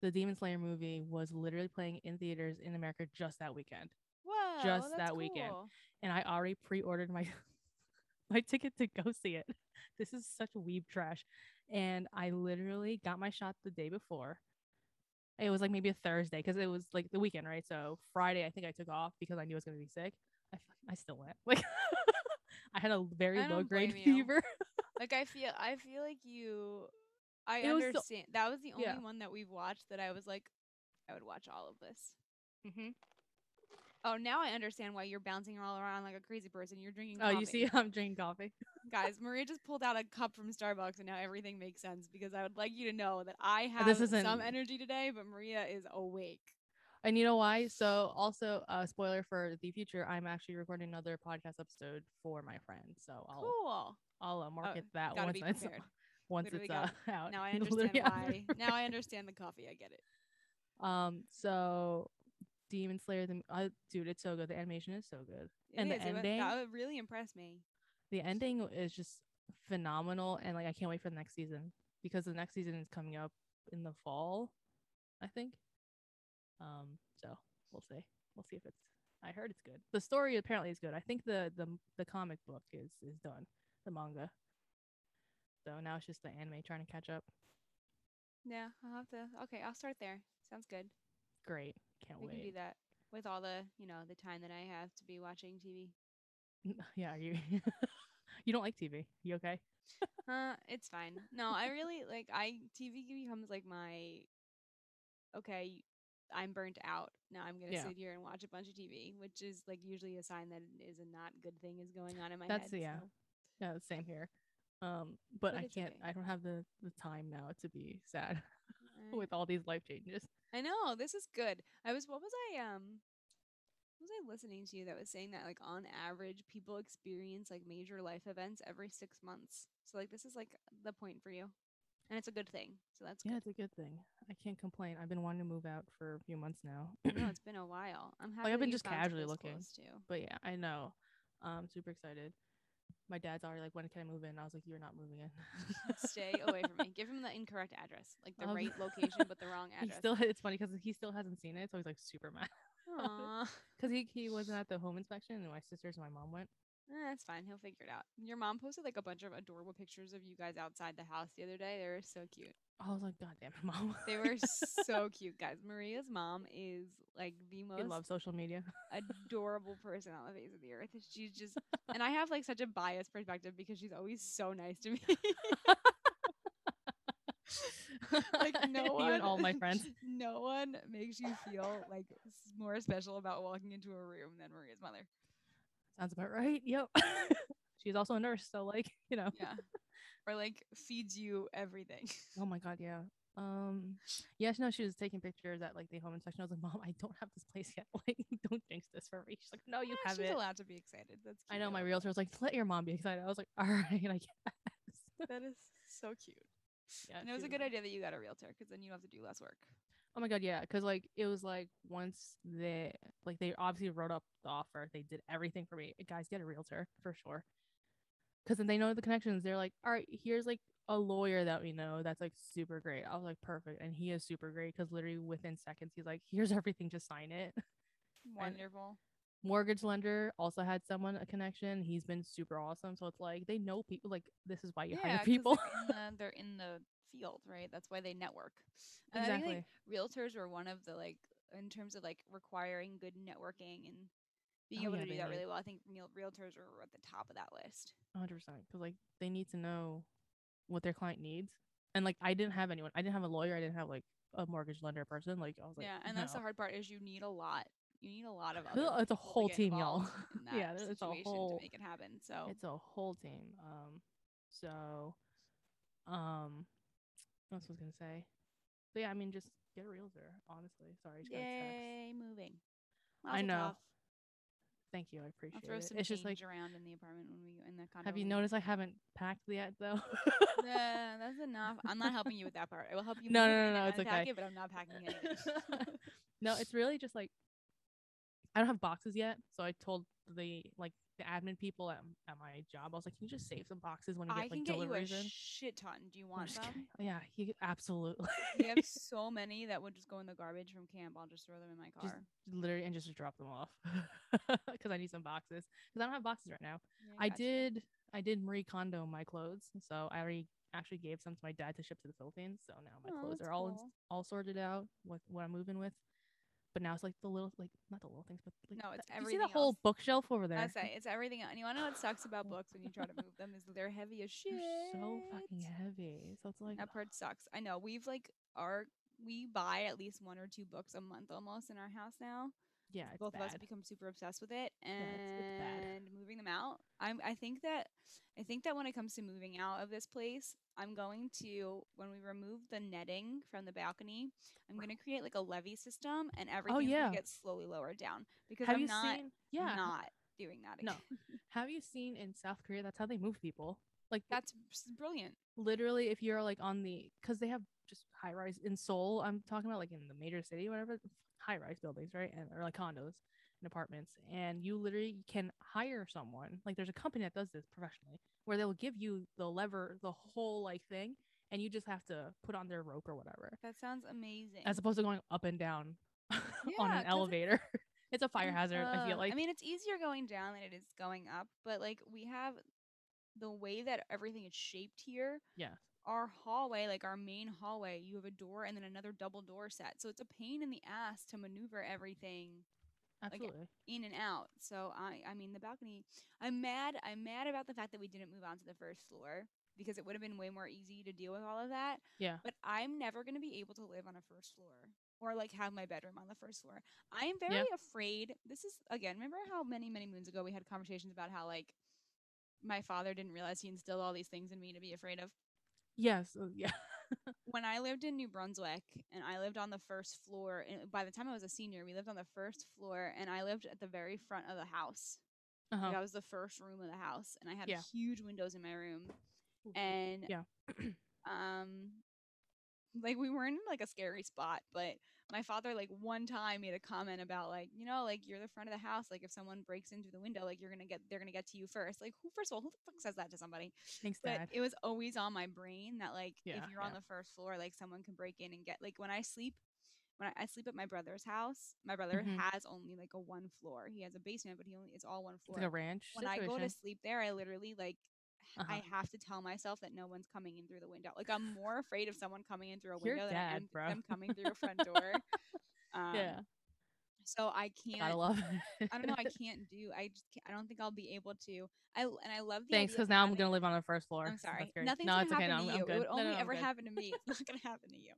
[SPEAKER 2] the demon slayer movie was literally playing in theaters in america just that weekend
[SPEAKER 1] Whoa,
[SPEAKER 2] Just
[SPEAKER 1] that's
[SPEAKER 2] that weekend.
[SPEAKER 1] cool.
[SPEAKER 2] and i already pre-ordered my my ticket to go see it this is such weeb trash and i literally got my shot the day before it was like maybe a thursday because it was like the weekend right so friday i think i took off because i knew i was going to be sick i, fuck- I still went like i had a very
[SPEAKER 1] I
[SPEAKER 2] low
[SPEAKER 1] don't
[SPEAKER 2] grade
[SPEAKER 1] blame you.
[SPEAKER 2] fever
[SPEAKER 1] Like I feel, I feel like you. I
[SPEAKER 2] It was the-
[SPEAKER 1] understand. that was the only
[SPEAKER 2] yeah.
[SPEAKER 1] one that we've watched that I was like, I would watch all of this.
[SPEAKER 2] mm-hmm.
[SPEAKER 1] Oh, now I understand why you're bouncing all around like a crazy person. You're drinking.
[SPEAKER 2] oh you
[SPEAKER 1] coffee.
[SPEAKER 2] see um, i'm drinking coffee
[SPEAKER 1] guys, Maria just pulled out a cup from Starbucks, and now everything makes sense because I would like you to know that I have some
[SPEAKER 2] Uh, isn't-
[SPEAKER 1] energy today, but Maria is awake.
[SPEAKER 2] and you know why so also uh spoiler for the future i'm actually recording another podcast episode for my friend so i'll
[SPEAKER 1] Cool.
[SPEAKER 2] I'll uh, market that
[SPEAKER 1] Oh, gotta
[SPEAKER 2] once
[SPEAKER 1] be
[SPEAKER 2] it's
[SPEAKER 1] prepared.
[SPEAKER 2] once
[SPEAKER 1] Literally
[SPEAKER 2] it's uh, out.
[SPEAKER 1] Now I
[SPEAKER 2] Literally
[SPEAKER 1] understand
[SPEAKER 2] after-
[SPEAKER 1] why. Now I understand the coffee. I get it.
[SPEAKER 2] Um, so Demon Slayer, the uh, dude, it's so good. The animation is so good.
[SPEAKER 1] It
[SPEAKER 2] And the
[SPEAKER 1] is, it wa-
[SPEAKER 2] ending?
[SPEAKER 1] that would really impressed me.
[SPEAKER 2] The ending is just phenomenal, and like I can't wait for the next season because the next season is coming up in the fall, I think. Um, so we'll see. We'll see if it's. I heard it's good. The story apparently is good. I think the the the comic book is is done, the manga. So now it's just the anime trying to catch up.
[SPEAKER 1] Yeah, I'll have to. Okay, I'll start there. Sounds good.
[SPEAKER 2] Great, can't
[SPEAKER 1] We
[SPEAKER 2] wait.
[SPEAKER 1] can do that with all the, you know, the time that I have to be watching TV.
[SPEAKER 2] N- Yeah, are you you don't like TV. You okay?
[SPEAKER 1] Uh, it's fine. No, I really like I TV becomes like my okay, I'm burnt out. Now I'm gonna
[SPEAKER 2] Yeah.
[SPEAKER 1] sit here and watch a bunch of TV, which is like usually a sign that it is a not good thing is going on in my
[SPEAKER 2] That's-
[SPEAKER 1] head.
[SPEAKER 2] yeah.
[SPEAKER 1] so-
[SPEAKER 2] Yeah, same here. Um,
[SPEAKER 1] But
[SPEAKER 2] but, I
[SPEAKER 1] it's
[SPEAKER 2] can't
[SPEAKER 1] okay.
[SPEAKER 2] I don't have the the time now to be sad
[SPEAKER 1] Alright.
[SPEAKER 2] with all these life changes.
[SPEAKER 1] I know this is good. I was what was I um what was I listening to that was saying that like on average people experience like major life events every six months. So like this is like the point for you, and it's a good thing. So that's
[SPEAKER 2] Yeah,
[SPEAKER 1] good.
[SPEAKER 2] it's a good thing. I can't complain. I've been wanting to move out for a few months now.
[SPEAKER 1] I know it's been a while. I'm happy.
[SPEAKER 2] I've
[SPEAKER 1] that
[SPEAKER 2] been
[SPEAKER 1] you
[SPEAKER 2] just
[SPEAKER 1] found
[SPEAKER 2] casually
[SPEAKER 1] schools
[SPEAKER 2] looking.
[SPEAKER 1] close, Too.
[SPEAKER 2] but yeah, I know. I'm super excited. My dad's already like, when can I move in? I was like, you're not moving in.
[SPEAKER 1] Stay away from me. Give him the incorrect address, like the
[SPEAKER 2] Um,
[SPEAKER 1] right location, but the wrong
[SPEAKER 2] He
[SPEAKER 1] address.
[SPEAKER 2] still, it's funny because he still hasn't seen it, so he's like super mad
[SPEAKER 1] Aw.
[SPEAKER 2] because he, he wasn't at the home inspection, and my sisters and my mom went.
[SPEAKER 1] Eh, That's fine. He'll figure it out. Your mom posted like a bunch of adorable pictures of you guys outside the house the other day. They were so cute.
[SPEAKER 2] I was like, God damn it, mom!
[SPEAKER 1] They were so cute, guys. Maria's mom is like the
[SPEAKER 2] I
[SPEAKER 1] most
[SPEAKER 2] love social media.
[SPEAKER 1] adorable person on the face of the earth. She's just, and I have like such a biased perspective because she's always so nice to me. like no one,
[SPEAKER 2] you and all my friends.
[SPEAKER 1] No one makes you feel like s- more special about walking into a room than Maria's mother.
[SPEAKER 2] Sounds about right. Yep. She's also a nurse, so like you know.
[SPEAKER 1] Yeah, or like feeds you everything.
[SPEAKER 2] Oh my god, yeah. Um, yeah, she- no, she was taking pictures at like the home inspection. I was like, Mom, I don't have this place yet. Like, don't jinx this for me. Ah, She's like, No, Oh, you
[SPEAKER 1] Yeah,
[SPEAKER 2] have
[SPEAKER 1] She's
[SPEAKER 2] it.
[SPEAKER 1] allowed to be excited. That's
[SPEAKER 2] I
[SPEAKER 1] cute.
[SPEAKER 2] know. My
[SPEAKER 1] like
[SPEAKER 2] realtor was like, Let your mom be excited. I was like, All right, I guess.
[SPEAKER 1] that. That is so cute.
[SPEAKER 2] Yeah,
[SPEAKER 1] and it was
[SPEAKER 2] she
[SPEAKER 1] a good idea that you got a realtor because then you don't have to do less work.
[SPEAKER 2] Oh my god, yeah, because like it was like once they like they obviously wrote up the offer, they did everything for me. Guys, get a realtor for sure, because then they know the connections. They're like, all right, here's like a lawyer that we know that's like super great. I was like, perfect, and he is super great because literally within seconds he's like, here's everything, just sign it.
[SPEAKER 1] Wonderful.
[SPEAKER 2] Mortgage lender also had someone a connection. He's been super awesome, so it's like they know people. Like this is why you hire
[SPEAKER 1] 'cause
[SPEAKER 2] people.
[SPEAKER 1] they're, in the, they're in the field, right? That's why they network. And I think like, realtors were one of the like in terms of like requiring good networking and being
[SPEAKER 2] Oh,
[SPEAKER 1] able
[SPEAKER 2] yeah,
[SPEAKER 1] to do
[SPEAKER 2] they
[SPEAKER 1] that
[SPEAKER 2] need-
[SPEAKER 1] really well. I think real- realtors are at the top of that list.
[SPEAKER 2] hundred percent. Because like they need to know what their client needs, and like I didn't have anyone. I didn't have a lawyer. I didn't have like a mortgage lender person. Like I was like,
[SPEAKER 1] yeah, and that's the
[SPEAKER 2] no.
[SPEAKER 1] hard part is you need a lot. You need a lot of
[SPEAKER 2] Who-
[SPEAKER 1] other
[SPEAKER 2] it's
[SPEAKER 1] people to
[SPEAKER 2] a whole
[SPEAKER 1] get
[SPEAKER 2] team, y'all.
[SPEAKER 1] involved in that
[SPEAKER 2] Yeah, it's a
[SPEAKER 1] situation
[SPEAKER 2] whole-
[SPEAKER 1] to make it happen. So
[SPEAKER 2] It's a whole team. Um, so, um, what else was I gonna say? So yeah, I mean, just get a realtor. Honestly, sorry, I just got a text.
[SPEAKER 1] yay, moving.
[SPEAKER 2] I
[SPEAKER 1] Mazel
[SPEAKER 2] know.
[SPEAKER 1] tov.
[SPEAKER 2] Thank you, I
[SPEAKER 1] I'll
[SPEAKER 2] appreciate
[SPEAKER 1] throw
[SPEAKER 2] it.
[SPEAKER 1] some
[SPEAKER 2] It's
[SPEAKER 1] change
[SPEAKER 2] just like,
[SPEAKER 1] around in the apartment when we in the condo.
[SPEAKER 2] have you
[SPEAKER 1] when we-
[SPEAKER 2] noticed I haven't packed yet though?
[SPEAKER 1] Nah, that's enough. I'm not helping you with that part. I will help you.
[SPEAKER 2] No,
[SPEAKER 1] move
[SPEAKER 2] no,
[SPEAKER 1] it
[SPEAKER 2] no,
[SPEAKER 1] and
[SPEAKER 2] no, it's
[SPEAKER 1] unpack
[SPEAKER 2] okay.
[SPEAKER 1] It, but I'm not packing it.
[SPEAKER 2] no, it's really just like I don't have boxes yet, so I told the like the admin people at, at my job, I was like, "Can you just save some boxes when you get
[SPEAKER 1] I
[SPEAKER 2] like
[SPEAKER 1] can get you a
[SPEAKER 2] deliveries in?"
[SPEAKER 1] shit ton. Do you
[SPEAKER 2] I'm
[SPEAKER 1] want
[SPEAKER 2] just
[SPEAKER 1] some?
[SPEAKER 2] kidding. Oh, Yeah, you absolutely.
[SPEAKER 1] We have so many that would just go in the garbage from camp. I'll just throw them in my
[SPEAKER 2] just
[SPEAKER 1] car.
[SPEAKER 2] literally and just drop them off because I need some boxes because I don't have boxes right now.
[SPEAKER 1] Yeah,
[SPEAKER 2] I
[SPEAKER 1] gotcha.
[SPEAKER 2] did I did Marie Kondo my clothes, so I already actually gave some to my dad to ship to the Philippines. So now my
[SPEAKER 1] Aw,
[SPEAKER 2] clothes
[SPEAKER 1] Oh, that's
[SPEAKER 2] are all in-
[SPEAKER 1] cool.
[SPEAKER 2] all sorted out what what I'm moving with. But now it's like the little like not the little things, but like
[SPEAKER 1] No, it's
[SPEAKER 2] the- you see the
[SPEAKER 1] everything
[SPEAKER 2] whole
[SPEAKER 1] else.
[SPEAKER 2] bookshelf over there.
[SPEAKER 1] I say it's everything. And you want to know what sucks about books when you try to move them is that they're heavy as shit.
[SPEAKER 2] They're so fucking heavy. So it's like
[SPEAKER 1] That part sucks. I know. We've like our we buy at least one or two books a month almost in our house now.
[SPEAKER 2] yeah, it's
[SPEAKER 1] both of us
[SPEAKER 2] bad.
[SPEAKER 1] have become super obsessed with it and
[SPEAKER 2] it's- it's bad.
[SPEAKER 1] moving them out. I'm I think that I think that when it comes to moving out of this place, I'm going to when we remove the netting from the balcony, I'm going to create like a levee system and everything
[SPEAKER 2] Oh, yeah.
[SPEAKER 1] gets slowly lowered down because
[SPEAKER 2] Have
[SPEAKER 1] I'm
[SPEAKER 2] you
[SPEAKER 1] not
[SPEAKER 2] seen? Yeah.
[SPEAKER 1] not doing that
[SPEAKER 2] No.
[SPEAKER 1] again.
[SPEAKER 2] Have you seen in South Korea? That's how they move people. Like that's.
[SPEAKER 1] That's s- brilliant.
[SPEAKER 2] literally if you're like on the because they have just high rise in Seoul. I'm talking about like in the major city, whatever high rise buildings, right? And or like condos and apartments. And you literally can hire someone. Like there's a company that does this professionally where they'll give you the lever, the whole like thing, and you just have to put on their rope or whatever.
[SPEAKER 1] That sounds amazing.
[SPEAKER 2] As opposed to going up and down on
[SPEAKER 1] Yeah,
[SPEAKER 2] an
[SPEAKER 1] 'cause
[SPEAKER 2] elevator. it's a fire
[SPEAKER 1] And,
[SPEAKER 2] hazard, I feel
[SPEAKER 1] uh,
[SPEAKER 2] like.
[SPEAKER 1] I mean, it's easier going down than it is going up, but like we have the way that everything is shaped here.
[SPEAKER 2] Yeah.
[SPEAKER 1] Our hallway, like our main hallway, you have a door and then another double door set. So it's a pain in the ass to maneuver everything
[SPEAKER 2] Absolutely.
[SPEAKER 1] in and out. So I I mean the balcony I'm mad I'm mad about the fact that we didn't move on to the first floor because it would have been way more easy to deal with all of that.
[SPEAKER 2] Yeah.
[SPEAKER 1] But I'm never going to be able to live on a first floor or like have my bedroom on the first floor. I am very afraid. This is again, remember how many many moons ago we had conversations about how like my father didn't realize he instilled all these things in me to be afraid of
[SPEAKER 2] Yes. uh, Yeah.
[SPEAKER 1] when I lived in New Brunswick and I lived on the first floor, and by the time I was a senior, we lived on the first floor and I lived at the very front of the house.
[SPEAKER 2] Uh-huh.
[SPEAKER 1] Like I was the first room of the house and I had
[SPEAKER 2] Yeah.
[SPEAKER 1] huge windows in my room.
[SPEAKER 2] Ooh,
[SPEAKER 1] And
[SPEAKER 2] Yeah.
[SPEAKER 1] um like we were in like a scary spot, but my father like one time made a comment about like, you know, like you're the front of the house, like if someone breaks in through the window, like you're gonna get they're gonna get to you first. Like who first of all, who the fuck says that to somebody?
[SPEAKER 2] Thanks,
[SPEAKER 1] but
[SPEAKER 2] Dad.
[SPEAKER 1] it was always on my brain that like
[SPEAKER 2] Yeah,
[SPEAKER 1] if you're on
[SPEAKER 2] yeah.
[SPEAKER 1] the first floor like someone can break in and get like when i sleep when i, I sleep at my brother's house my brother
[SPEAKER 2] Mhm.
[SPEAKER 1] has only like a one floor he has a basement but he only it's all one
[SPEAKER 2] It's
[SPEAKER 1] floor
[SPEAKER 2] like a ranch.
[SPEAKER 1] when i go to
[SPEAKER 2] situation.
[SPEAKER 1] sleep there i literally like
[SPEAKER 2] Uh-huh.
[SPEAKER 1] i have to tell myself that no one's coming in through the window like i'm more afraid of someone coming in through a
[SPEAKER 2] Your
[SPEAKER 1] window than i
[SPEAKER 2] dad,
[SPEAKER 1] am
[SPEAKER 2] bro.
[SPEAKER 1] them coming through a front door um,
[SPEAKER 2] yeah.
[SPEAKER 1] So I can't.
[SPEAKER 2] Gotta love. it.
[SPEAKER 1] I don't know. I can't do. I just. Can't, I don't think I'll be able to. I and I love. The
[SPEAKER 2] Thanks,
[SPEAKER 1] idea
[SPEAKER 2] because
[SPEAKER 1] of
[SPEAKER 2] now I'm
[SPEAKER 1] having-
[SPEAKER 2] gonna live on the first floor.
[SPEAKER 1] I'm
[SPEAKER 2] so that's
[SPEAKER 1] sorry.
[SPEAKER 2] great.
[SPEAKER 1] Nothing's
[SPEAKER 2] no,
[SPEAKER 1] gonna
[SPEAKER 2] it's okay.
[SPEAKER 1] happen
[SPEAKER 2] No, I'm,
[SPEAKER 1] to
[SPEAKER 2] I'm
[SPEAKER 1] you.
[SPEAKER 2] good.
[SPEAKER 1] It would
[SPEAKER 2] no,
[SPEAKER 1] only
[SPEAKER 2] no, I'm
[SPEAKER 1] ever
[SPEAKER 2] good.
[SPEAKER 1] happen to me. It's not gonna happen to you.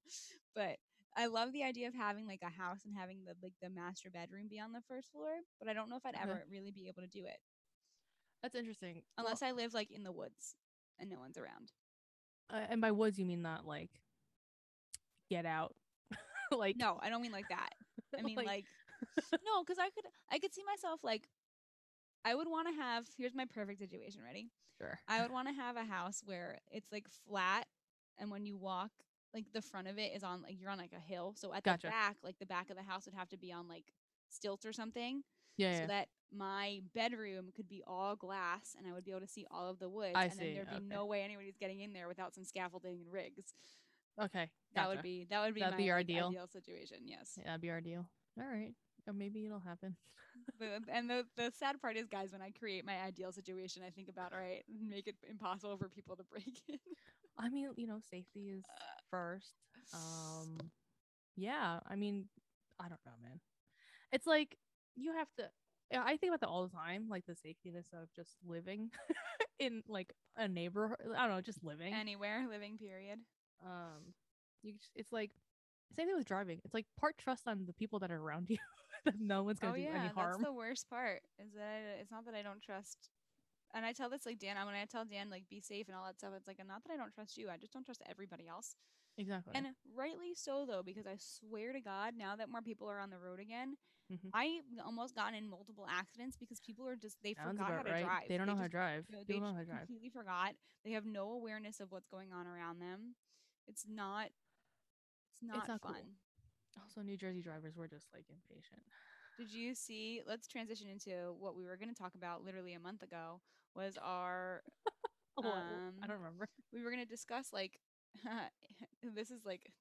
[SPEAKER 1] But I love the idea of having like a house and having the like the master bedroom be on the first floor. But I don't know if I'd
[SPEAKER 2] Okay.
[SPEAKER 1] ever really be able to do it
[SPEAKER 2] That's interesting.
[SPEAKER 1] unless I live like in the woods and no one's around.
[SPEAKER 2] I, uh, and by woods you mean not like get out, like
[SPEAKER 1] No, I don't mean like that. I mean like, no, because I could I could see myself like I would want to have. Here's my perfect situation. Ready?
[SPEAKER 2] sure.
[SPEAKER 1] I would want to have a house where it's like flat, and when you walk, like the front of it is on like you're on like a hill. So at
[SPEAKER 2] Gotcha.
[SPEAKER 1] the back, like the back of the house would have to be on like stilts or something,
[SPEAKER 2] yeah,
[SPEAKER 1] so
[SPEAKER 2] yeah.
[SPEAKER 1] that my bedroom could be all glass, and I would be able to see all of the woods.
[SPEAKER 2] I
[SPEAKER 1] and
[SPEAKER 2] see,
[SPEAKER 1] then there'd be
[SPEAKER 2] okay.
[SPEAKER 1] no way anybody's getting in there without some scaffolding and rigs.
[SPEAKER 2] okay.
[SPEAKER 1] That
[SPEAKER 2] gotcha.
[SPEAKER 1] would be that would be
[SPEAKER 2] That'd
[SPEAKER 1] my
[SPEAKER 2] be your
[SPEAKER 1] like,
[SPEAKER 2] ideal.
[SPEAKER 1] situation. Yes.
[SPEAKER 2] Yeah, that'd be our deal. All right. Or maybe it'll happen.
[SPEAKER 1] The, and the the sad part is, guys, when I create my ideal situation, I think about all right, make it impossible for people to break in.
[SPEAKER 2] I mean, you know, safety is
[SPEAKER 1] Uh,
[SPEAKER 2] first. Um yeah, I mean, I don't know, man. It's like you have to yeah, I think about that all the time, like the safetiness of just living in like a neighborhood. I don't know, just living.
[SPEAKER 1] anywhere living period.
[SPEAKER 2] um you just, it's like same thing with driving. It's like part trust on the people that are around you that no one's gonna
[SPEAKER 1] oh
[SPEAKER 2] do
[SPEAKER 1] yeah,
[SPEAKER 2] any harm.
[SPEAKER 1] that's the worst part. Is that I, it's not that I don't trust. And I tell this like Dan. When I tell Dan like be safe and all that stuff, it's like not that I don't trust you. I just don't trust everybody else.
[SPEAKER 2] exactly.
[SPEAKER 1] And rightly so though, because I swear to God, now that more people are on the road again,
[SPEAKER 2] Mhm.
[SPEAKER 1] I almost gotten in multiple accidents because people are just they
[SPEAKER 2] Sounds
[SPEAKER 1] forgot how
[SPEAKER 2] about
[SPEAKER 1] to
[SPEAKER 2] right.
[SPEAKER 1] drive.
[SPEAKER 2] They don't know how to
[SPEAKER 1] just
[SPEAKER 2] drive.
[SPEAKER 1] No, they
[SPEAKER 2] People don't know
[SPEAKER 1] just
[SPEAKER 2] how to drive.
[SPEAKER 1] completely forgot. They have no awareness of what's going on around them. It's not. It's not,
[SPEAKER 2] not cool.
[SPEAKER 1] fun.
[SPEAKER 2] Also, New Jersey drivers were just like impatient.
[SPEAKER 1] Did you see? Let's transition into what we were going to talk about literally a month ago. Was our
[SPEAKER 2] Oh, I- I
[SPEAKER 1] Um,
[SPEAKER 2] don't remember.
[SPEAKER 1] we were going to discuss like this is like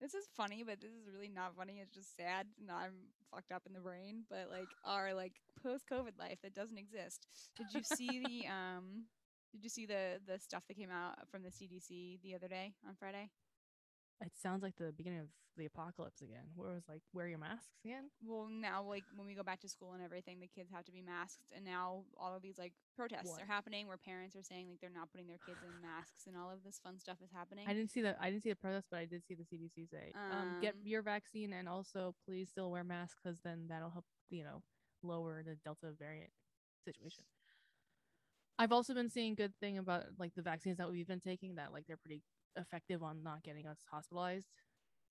[SPEAKER 1] this is funny, but this is really not funny. It's just sad, and I'm fucked up in the brain. But like our like post COVID life that doesn't exist. Did you see the um? Did you see the the stuff that came out from the CDC the other day on Friday?
[SPEAKER 2] It sounds like the beginning of the apocalypse again, where it was like, wear your masks again.
[SPEAKER 1] well now like when we go back to school and everything the kids have to be masked and now all of these like protests
[SPEAKER 2] What?
[SPEAKER 1] are happening where parents are saying like they're not putting their kids in masks and all of this fun stuff is happening
[SPEAKER 2] I didn't see the I didn't see the protest, but I did see the CDC say, um, get
[SPEAKER 1] Um,
[SPEAKER 2] your vaccine and also please still wear masks because then that'll help you know lower the Delta variant situation. I've also been seeing good thing about like the vaccines that we've been taking that like they're pretty effective on not getting us hospitalized.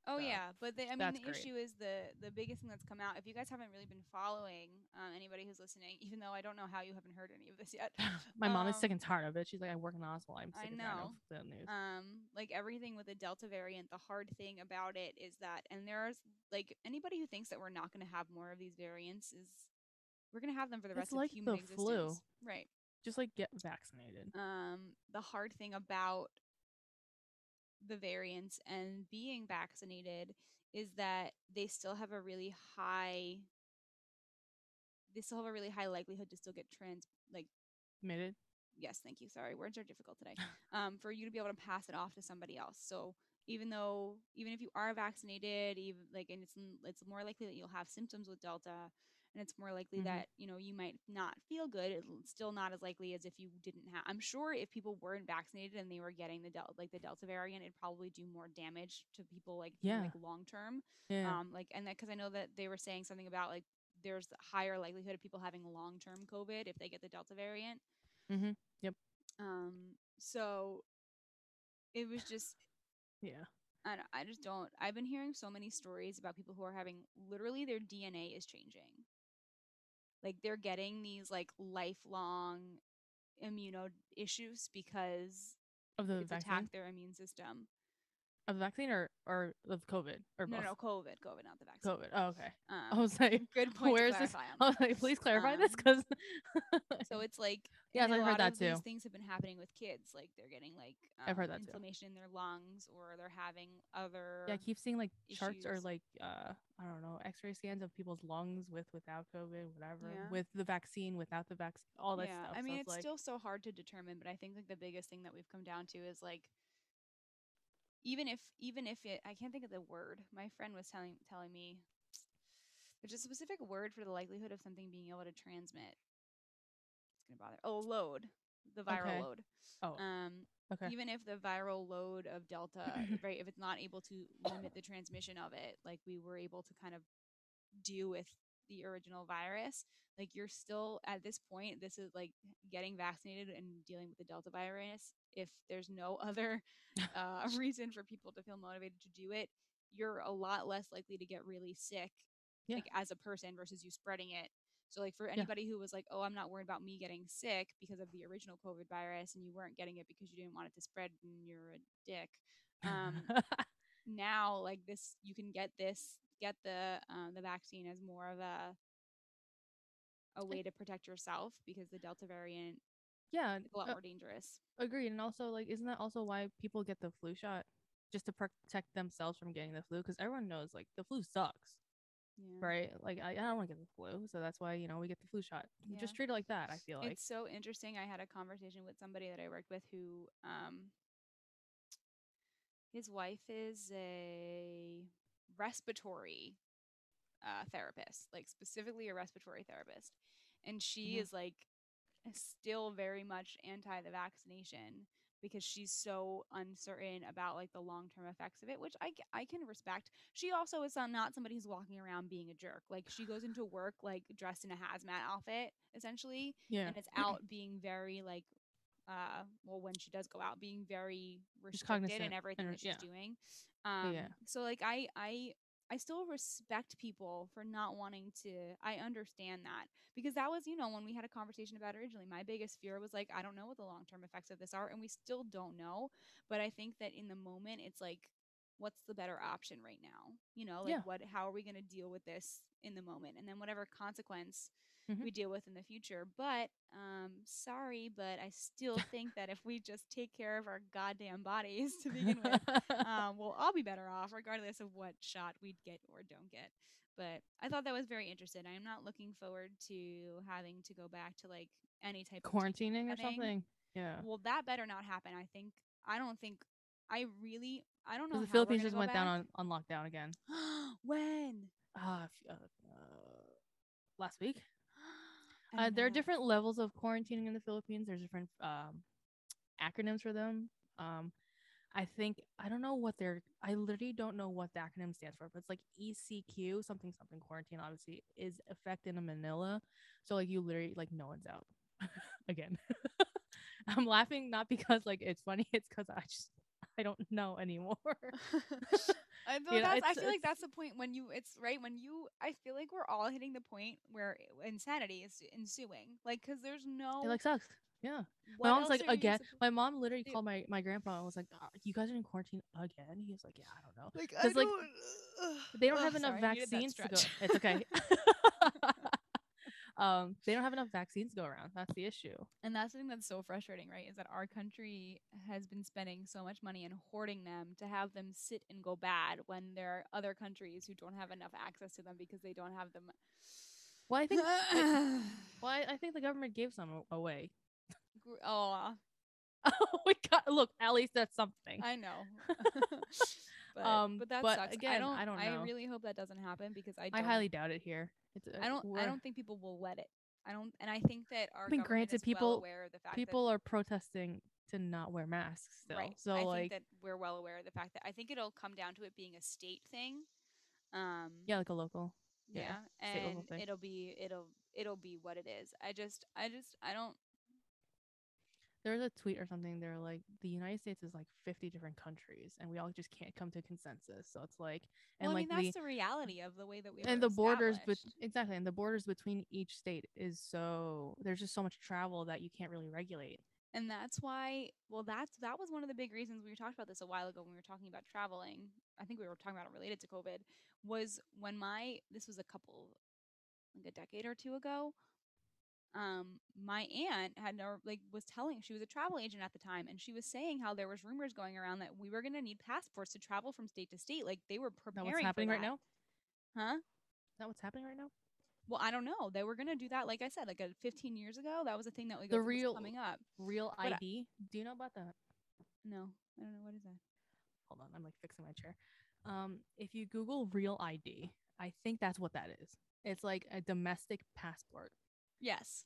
[SPEAKER 1] oh
[SPEAKER 2] so
[SPEAKER 1] yeah but they, i mean
[SPEAKER 2] that's
[SPEAKER 1] the
[SPEAKER 2] great.
[SPEAKER 1] issue is the the biggest thing that's come out if you guys haven't really been following um, anybody who's listening even though i don't know how you haven't heard any of this yet
[SPEAKER 2] My mom is sick
[SPEAKER 1] Um,
[SPEAKER 2] and tired of it. She's like, I work in the hospital. I'm
[SPEAKER 1] I
[SPEAKER 2] sick and tired
[SPEAKER 1] know.
[SPEAKER 2] of the news.
[SPEAKER 1] um like everything with the delta variant the hard thing about it is that and there's like anybody who thinks that we're not going to have more of these variants is we're going to have them for the rest
[SPEAKER 2] It's like
[SPEAKER 1] of human
[SPEAKER 2] the flu.
[SPEAKER 1] existence right
[SPEAKER 2] Just like get vaccinated.
[SPEAKER 1] um, the hard thing about the variants and being vaccinated is that they still have a really high they still have a really high likelihood to still get trans like
[SPEAKER 2] Admitted.
[SPEAKER 1] yes thank you sorry words are difficult today um, for you to be able to pass it off to somebody else so even though even if you are vaccinated even like and it's n- it's more likely that you'll have symptoms with delta and it's more likely
[SPEAKER 2] Mhm.
[SPEAKER 1] that you know you might not feel good it's still not as likely as if you didn't have i'm sure if people weren't vaccinated and they were getting the delta like the delta variant it'd probably do more damage to people like in,
[SPEAKER 2] Yeah.
[SPEAKER 1] like long term
[SPEAKER 2] Yeah.
[SPEAKER 1] um like and that because i know that they were saying something about like there's the higher likelihood of people having long term covid if they get the delta variant
[SPEAKER 2] Mhm. Yep.
[SPEAKER 1] um so it was just
[SPEAKER 2] yeah.
[SPEAKER 1] I, don't- I just don't i've been hearing so many stories about people who are having literally their dna is changing like they're getting these like lifelong immuno issues because
[SPEAKER 2] Of the
[SPEAKER 1] it's
[SPEAKER 2] vaccine.
[SPEAKER 1] attacked their immune system
[SPEAKER 2] Of the vaccine or or of COVID or
[SPEAKER 1] no
[SPEAKER 2] both.
[SPEAKER 1] no covid covid not the vaccine
[SPEAKER 2] COVID. Oh, okay. I
[SPEAKER 1] um,
[SPEAKER 2] was like,
[SPEAKER 1] good point
[SPEAKER 2] where
[SPEAKER 1] to
[SPEAKER 2] is this?
[SPEAKER 1] clarify on that.
[SPEAKER 2] I was like, please clarify this
[SPEAKER 1] Um,
[SPEAKER 2] because
[SPEAKER 1] So it's like
[SPEAKER 2] Yes,
[SPEAKER 1] and a
[SPEAKER 2] I've heard
[SPEAKER 1] lot
[SPEAKER 2] that
[SPEAKER 1] of These
[SPEAKER 2] too.
[SPEAKER 1] things have been happening with kids, like they're getting like um,
[SPEAKER 2] I've heard that too.
[SPEAKER 1] inflammation in their lungs, or they're having other.
[SPEAKER 2] yeah, I keep seeing like charts or
[SPEAKER 1] issues.
[SPEAKER 2] like uh I don't know X-ray scans of people's lungs with without COVID, whatever,
[SPEAKER 1] Yeah.
[SPEAKER 2] with the vaccine, without the vaccine, all that
[SPEAKER 1] yeah,
[SPEAKER 2] stuff.
[SPEAKER 1] I
[SPEAKER 2] So
[SPEAKER 1] mean it's
[SPEAKER 2] like,
[SPEAKER 1] still so hard to determine, but I think like the biggest thing that we've come down to is like, even if even if it, I can't think of the word. My friend was telling telling me There's a specific word for the likelihood of something being able to transmit. It's gonna bother. Oh, load. The viral
[SPEAKER 2] Okay.
[SPEAKER 1] load.
[SPEAKER 2] Oh.
[SPEAKER 1] Um,
[SPEAKER 2] Okay.
[SPEAKER 1] even if the viral load of Delta, right, if it's not able to limit the transmission of it, like we were able to kind of do with the original virus, like you're still at this point, this is like getting vaccinated and dealing with the Delta virus. If there's no other uh, reason for people to feel motivated to do it, you're a lot less likely to get really sick
[SPEAKER 2] Yeah.
[SPEAKER 1] like as a person versus you spreading it. So like for anybody who was like, "Oh, I'm not worried about me getting sick because of the original COVID virus," and you weren't getting it because you didn't want it to spread, and you're a dick. Um, now, like this, you can get this, get the um, the vaccine as more of a a way to protect yourself because the Delta variant
[SPEAKER 2] yeah,
[SPEAKER 1] is a lot
[SPEAKER 2] uh,
[SPEAKER 1] more dangerous.
[SPEAKER 2] agreed. And also, like, isn't that also why people get the flu shot just to protect themselves from getting the flu? Because everyone knows, like, the flu sucks,
[SPEAKER 1] Yeah.
[SPEAKER 2] right? Like, I, I don't want to get the flu, so that's why you know we get the flu shot. Just
[SPEAKER 1] Yeah.
[SPEAKER 2] treat it like that. I feel like
[SPEAKER 1] It's so interesting. I had a conversation with somebody that I worked with who um his wife is a respiratory uh, therapist, like specifically a respiratory therapist. And she
[SPEAKER 2] Yeah.
[SPEAKER 1] is like still very much anti the vaccination because she's so uncertain about like the long-term effects of it which I, c- I can respect she also is some- not somebody who's walking around being a jerk like she goes into work like dressed in a hazmat outfit essentially
[SPEAKER 2] yeah,
[SPEAKER 1] and it's out being very like uh well when she does go out being very restricted
[SPEAKER 2] cognizant
[SPEAKER 1] in everything
[SPEAKER 2] and-
[SPEAKER 1] that she's
[SPEAKER 2] yeah.
[SPEAKER 1] doing um
[SPEAKER 2] yeah.
[SPEAKER 1] so like i i i still respect people for not wanting to i understand that because that was you know when we had a conversation about it originally my biggest fear was like i don't know what the long term effects of this are and we still don't know but i think that in the moment it's like what's the better option right now you know like
[SPEAKER 2] Yeah.
[SPEAKER 1] what how are we going to deal with this in the moment and then whatever consequence
[SPEAKER 2] Mhm.
[SPEAKER 1] we deal with in the future but um sorry but i still think that if we just take care of our goddamn bodies to begin with um, we'll all be better off regardless of what shot we'd get or don't get. But I thought that was very interesting. I am not looking forward to having to go back to like any type
[SPEAKER 2] quarantining or
[SPEAKER 1] of teaching setting.
[SPEAKER 2] something. Yeah,
[SPEAKER 1] Well, that better not happen. I think. I don't think. I really. I don't know.
[SPEAKER 2] 'Cause the
[SPEAKER 1] how
[SPEAKER 2] Philippines
[SPEAKER 1] we're gonna
[SPEAKER 2] just
[SPEAKER 1] go
[SPEAKER 2] went
[SPEAKER 1] back.
[SPEAKER 2] down on, on lockdown again.
[SPEAKER 1] when?
[SPEAKER 2] Ah, if- uh, uh, last week.
[SPEAKER 1] I
[SPEAKER 2] Uh,
[SPEAKER 1] don't
[SPEAKER 2] there are
[SPEAKER 1] know.
[SPEAKER 2] different levels of quarantining in the Philippines. There's different um, acronyms for them. Um, I think I don't know what they're. I literally don't know what the acronym stands for, but it's like ECQ something something quarantine. Obviously, is affected in Manila, so like you literally like no one's out. Again, I'm laughing not because like it's funny. It's because I just I don't know anymore.
[SPEAKER 1] I, know,
[SPEAKER 2] You
[SPEAKER 1] that's,
[SPEAKER 2] know,
[SPEAKER 1] I
[SPEAKER 2] it's-
[SPEAKER 1] feel like
[SPEAKER 2] it's-
[SPEAKER 1] that's the point when you. It's right when you. I feel like we're all hitting the point where insanity is ensuing. Like, cause there's no.
[SPEAKER 2] it like sucks. Yeah.
[SPEAKER 1] what
[SPEAKER 2] my
[SPEAKER 1] else
[SPEAKER 2] mom's like
[SPEAKER 1] are you
[SPEAKER 2] again.
[SPEAKER 1] suppo-
[SPEAKER 2] My mom literally
[SPEAKER 1] Dude.
[SPEAKER 2] called my my grandpa and was like, "Uh, "You guys are in quarantine again." He was like, "Yeah, I don't know."
[SPEAKER 1] Like,
[SPEAKER 2] 'Cause, like, They don't
[SPEAKER 1] Ugh,
[SPEAKER 2] have enough
[SPEAKER 1] sorry, I needed that
[SPEAKER 2] vaccines to go.
[SPEAKER 1] stretch.
[SPEAKER 2] It's okay. um, they don't have enough vaccines to go around. That's the issue.
[SPEAKER 1] And that's the thing that's so frustrating, right? Is that our country has been spending so much money and hoarding them to have them sit and go bad when there are other countries who don't have enough access to them because they don't have them.
[SPEAKER 2] Well, I think. I, well, I, I think the government gave some a- away.
[SPEAKER 1] Gr- oh,
[SPEAKER 2] oh my god! Look, at least that's something.
[SPEAKER 1] I know. but,
[SPEAKER 2] Um,
[SPEAKER 1] but that
[SPEAKER 2] but
[SPEAKER 1] sucks. I
[SPEAKER 2] again,
[SPEAKER 1] don't.
[SPEAKER 2] I don't know.
[SPEAKER 1] really hope that doesn't happen because I. Don't,
[SPEAKER 2] I, highly doubt it here. It's, uh,
[SPEAKER 1] I don't. I
[SPEAKER 2] we're-
[SPEAKER 1] don't think people will let it. I don't. And I think that our.
[SPEAKER 2] mean,
[SPEAKER 1] government
[SPEAKER 2] granted,
[SPEAKER 1] is
[SPEAKER 2] people-
[SPEAKER 1] well aware of the fact that
[SPEAKER 2] People are protesting to not wear masks still. So
[SPEAKER 1] I
[SPEAKER 2] like,
[SPEAKER 1] think that we're well aware of the fact that I think it'll come down to it being a state thing. Um,
[SPEAKER 2] yeah, like a local.
[SPEAKER 1] yeah,
[SPEAKER 2] yeah, state level
[SPEAKER 1] and
[SPEAKER 2] thing.
[SPEAKER 1] it'll be it'll it'll be what it is. I just I just I don't.
[SPEAKER 2] There was a tweet or something. They're like, the United States is like 50 different countries, and we all just can't come to consensus. So it's like, and
[SPEAKER 1] well,
[SPEAKER 2] like
[SPEAKER 1] I mean, that's
[SPEAKER 2] the
[SPEAKER 1] the, reality of the way that we
[SPEAKER 2] and
[SPEAKER 1] were
[SPEAKER 2] the borders, but
[SPEAKER 1] established.
[SPEAKER 2] exactly, and the borders between each state is so there's just so much travel that you can't really regulate.
[SPEAKER 1] and that's why well that's that was one of the big reasons we talked about this a while ago when we were talking about traveling i think we were talking about it related to covid was when my this was a couple like a decade or two ago um my aunt had no like was telling she was a travel agent at the time and she was saying how there was rumors going around that we were going to need passports to travel from state to state like they were
[SPEAKER 2] Is that
[SPEAKER 1] preparing
[SPEAKER 2] what's happening
[SPEAKER 1] for
[SPEAKER 2] right
[SPEAKER 1] that.
[SPEAKER 2] now? Is
[SPEAKER 1] huh
[SPEAKER 2] that what's happening right now?
[SPEAKER 1] well i don't know they were going to do that like i said like a 15 years ago that was a thing that like
[SPEAKER 2] The
[SPEAKER 1] was
[SPEAKER 2] real-
[SPEAKER 1] coming up
[SPEAKER 2] Real
[SPEAKER 1] But I-
[SPEAKER 2] ID? Do you know about that?
[SPEAKER 1] no i don't know what is that
[SPEAKER 2] Hold on, I'm like fixing my chair. Um, if you Google Real ID, I think that's what that is. It's like a domestic passport.
[SPEAKER 1] Yes.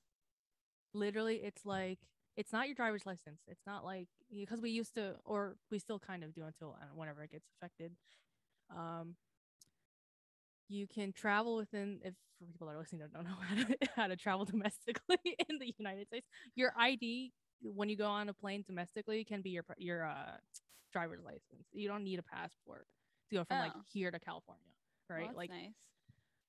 [SPEAKER 2] Literally, it's like it's not your driver's license. It's not like because we used to, or we still kind of do until I don't know, whenever it gets affected. Um, you can travel within if for people that are listening that don't know how to, how to travel domestically in the United States. Your ID when you go on a plane domestically can be your your uh, driver's license. You don't need a passport to go from like
[SPEAKER 1] Oh.
[SPEAKER 2] here to California,
[SPEAKER 1] Well,
[SPEAKER 2] right?
[SPEAKER 1] that's
[SPEAKER 2] like,
[SPEAKER 1] nice.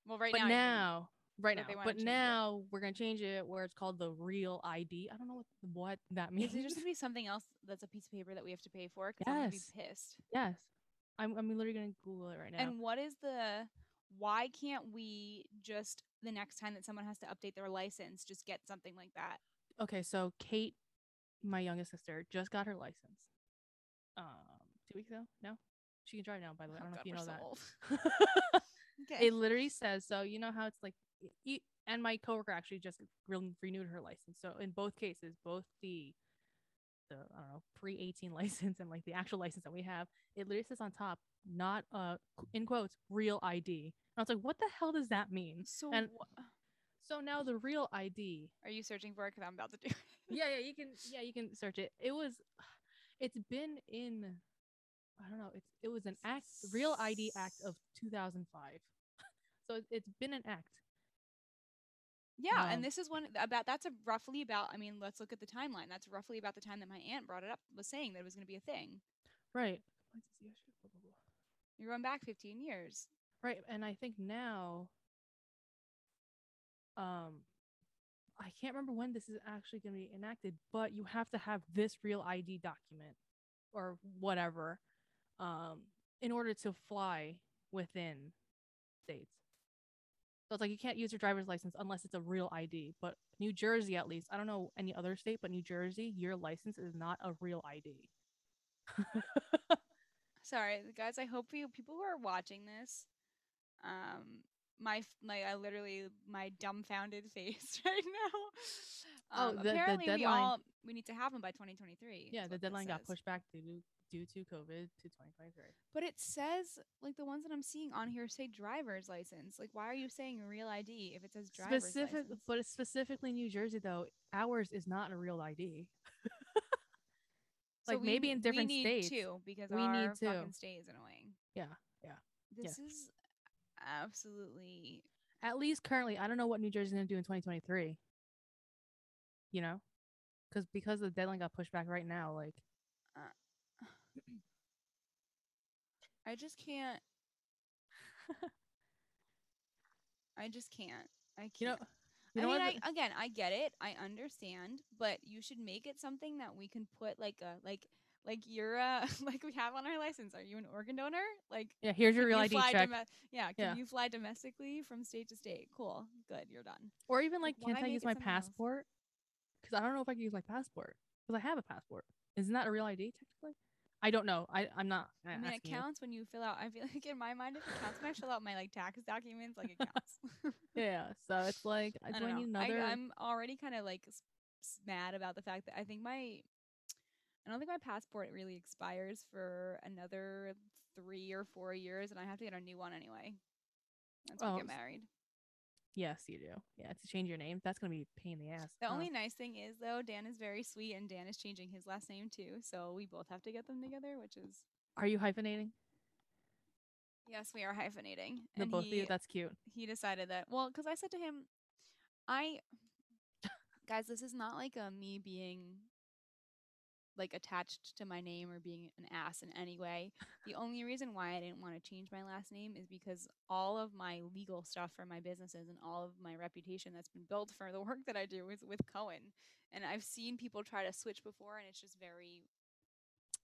[SPEAKER 1] Well, right
[SPEAKER 2] but
[SPEAKER 1] now.
[SPEAKER 2] now,
[SPEAKER 1] you-
[SPEAKER 2] right
[SPEAKER 1] but they
[SPEAKER 2] now,
[SPEAKER 1] wanna
[SPEAKER 2] but
[SPEAKER 1] change it.
[SPEAKER 2] now we're gonna change it where it's called the real ID. I don't know what what that means.
[SPEAKER 1] Is there just gonna be something else that's a piece of paper that we have to pay for? Because I'm gonna
[SPEAKER 2] Yes.
[SPEAKER 1] be pissed.
[SPEAKER 2] yes, I'm I'm literally gonna Google it right now.
[SPEAKER 1] And what is the? Why can't we just the next time that someone has to update their license, just get something like that?
[SPEAKER 2] okay, so Kate, my youngest sister, just got her license. Um, two weeks ago. No, she can drive now. By
[SPEAKER 1] Oh
[SPEAKER 2] the way, I don't know if you know that.
[SPEAKER 1] okay.
[SPEAKER 2] It literally says so. You know how it's like, y- y- and my coworker actually just re- renewed her license. So in both cases, both the the I don't know pre eighteen license and like the actual license that we have, it literally says on top, not uh qu- in quotes, real ID. And I was like, what the hell does that mean?
[SPEAKER 1] so
[SPEAKER 2] and-
[SPEAKER 1] wha-
[SPEAKER 2] So now the real ID.
[SPEAKER 1] are you searching for it? Because I'm about to do. it.
[SPEAKER 2] Yeah, yeah, you can, yeah, you can search it. It was, it's been in, I don't know, it's it was an act, real ID act of two thousand five. So it- it's been an act.
[SPEAKER 1] Yeah,
[SPEAKER 2] Um,
[SPEAKER 1] and this is one about that's a roughly about. I mean, let's look at the timeline. That's roughly about the time that my aunt brought it up, was saying that it was going to be a thing.
[SPEAKER 2] Right. Compliance is the issue, blah, blah, blah.
[SPEAKER 1] You're going back 15 years.
[SPEAKER 2] Right. And I think now, um, I can't remember when this is actually going to be enacted, but you have to have this real ID document or whatever, um, in order to fly within states. So it's like you can't use your driver's license unless it's a real ID. But New Jersey, at least, I don't know any other state, but New Jersey, your license is not a real ID.
[SPEAKER 1] Sorry, the guys. I hope you people who are watching this, um, my f- my I literally my dumbfounded face right now.
[SPEAKER 2] Oh,
[SPEAKER 1] Um,
[SPEAKER 2] the- the
[SPEAKER 1] apparently we
[SPEAKER 2] deadline-
[SPEAKER 1] all we need to have them by 2023.
[SPEAKER 2] Yeah,
[SPEAKER 1] is
[SPEAKER 2] the
[SPEAKER 1] what this
[SPEAKER 2] deadline got
[SPEAKER 1] says.
[SPEAKER 2] pushed back due due to COVID to 2023.
[SPEAKER 1] But it says like the ones that I'm seeing on here say driver's license. Like, why are you saying real ID if it says driver's
[SPEAKER 2] Specific,
[SPEAKER 1] license?
[SPEAKER 2] but it's specifically New Jersey though. Ours is not a real ID.
[SPEAKER 1] So
[SPEAKER 2] like,
[SPEAKER 1] we
[SPEAKER 2] maybe
[SPEAKER 1] n-
[SPEAKER 2] in different
[SPEAKER 1] we need
[SPEAKER 2] states.
[SPEAKER 1] two because
[SPEAKER 2] We
[SPEAKER 1] our
[SPEAKER 2] need two.
[SPEAKER 1] fucking state is annoying.
[SPEAKER 2] Yeah, yeah,
[SPEAKER 1] This is absolutely
[SPEAKER 2] At least currently, I don't know what New Jersey's gonna do in 2023. You know, because because the deadline got pushed back right now. Like,
[SPEAKER 1] I just can't. I just can't. I can't.
[SPEAKER 2] you know, you know
[SPEAKER 1] I mean,
[SPEAKER 2] what?
[SPEAKER 1] I, again, I get it. I understand, but you should make it something that we can put like a like like you're a like we have on our license. Are you an organ donor? Like
[SPEAKER 2] yeah, here's your
[SPEAKER 1] can
[SPEAKER 2] real
[SPEAKER 1] you
[SPEAKER 2] ID
[SPEAKER 1] fly
[SPEAKER 2] check,
[SPEAKER 1] domes- yeah, can
[SPEAKER 2] Yeah.
[SPEAKER 1] you fly domestically from state to state? Cool, good, you're done.
[SPEAKER 2] or even like,
[SPEAKER 1] like, why
[SPEAKER 2] can't I
[SPEAKER 1] make
[SPEAKER 2] use
[SPEAKER 1] it
[SPEAKER 2] my
[SPEAKER 1] something else?
[SPEAKER 2] passport? Because I don't know if I can use my passport because I have a passport. Isn't that a real ID technically? I don't know. I I'm not. uh,
[SPEAKER 1] I mean, it
[SPEAKER 2] asking you.
[SPEAKER 1] counts when you fill out. I feel like in my mind, if it counts when I fill out my like tax documents, like it counts.
[SPEAKER 2] Yeah, so it's like, I do
[SPEAKER 1] don't
[SPEAKER 2] I
[SPEAKER 1] know.
[SPEAKER 2] need another?
[SPEAKER 1] I, am already kind of like s- s- mad about the fact that I think my I don't think my passport really expires for another three or four years, and I have to get a new one anyway. Once
[SPEAKER 2] Oh,
[SPEAKER 1] we get
[SPEAKER 2] s-
[SPEAKER 1] married.
[SPEAKER 2] Yes, you do. Yeah, to change your name, that's gonna be a pain in the ass. Um,
[SPEAKER 1] The
[SPEAKER 2] huh?
[SPEAKER 1] only nice thing is though, Dan is very sweet, and Dan is changing his last name too, so we both have to get them together, which is
[SPEAKER 2] Are you hyphenating?
[SPEAKER 1] yes, we are hyphenating.
[SPEAKER 2] The
[SPEAKER 1] and
[SPEAKER 2] both of
[SPEAKER 1] he-
[SPEAKER 2] you. That's cute.
[SPEAKER 1] he decided that well because i said to him i guys this is not like a me being like attached to my name or being an ass in any way the only reason why i didn't want to change my last name is because all of my legal stuff for my businesses and all of my reputation that's been built for the work that i do is with cohen and i've seen people try to switch before and it's just very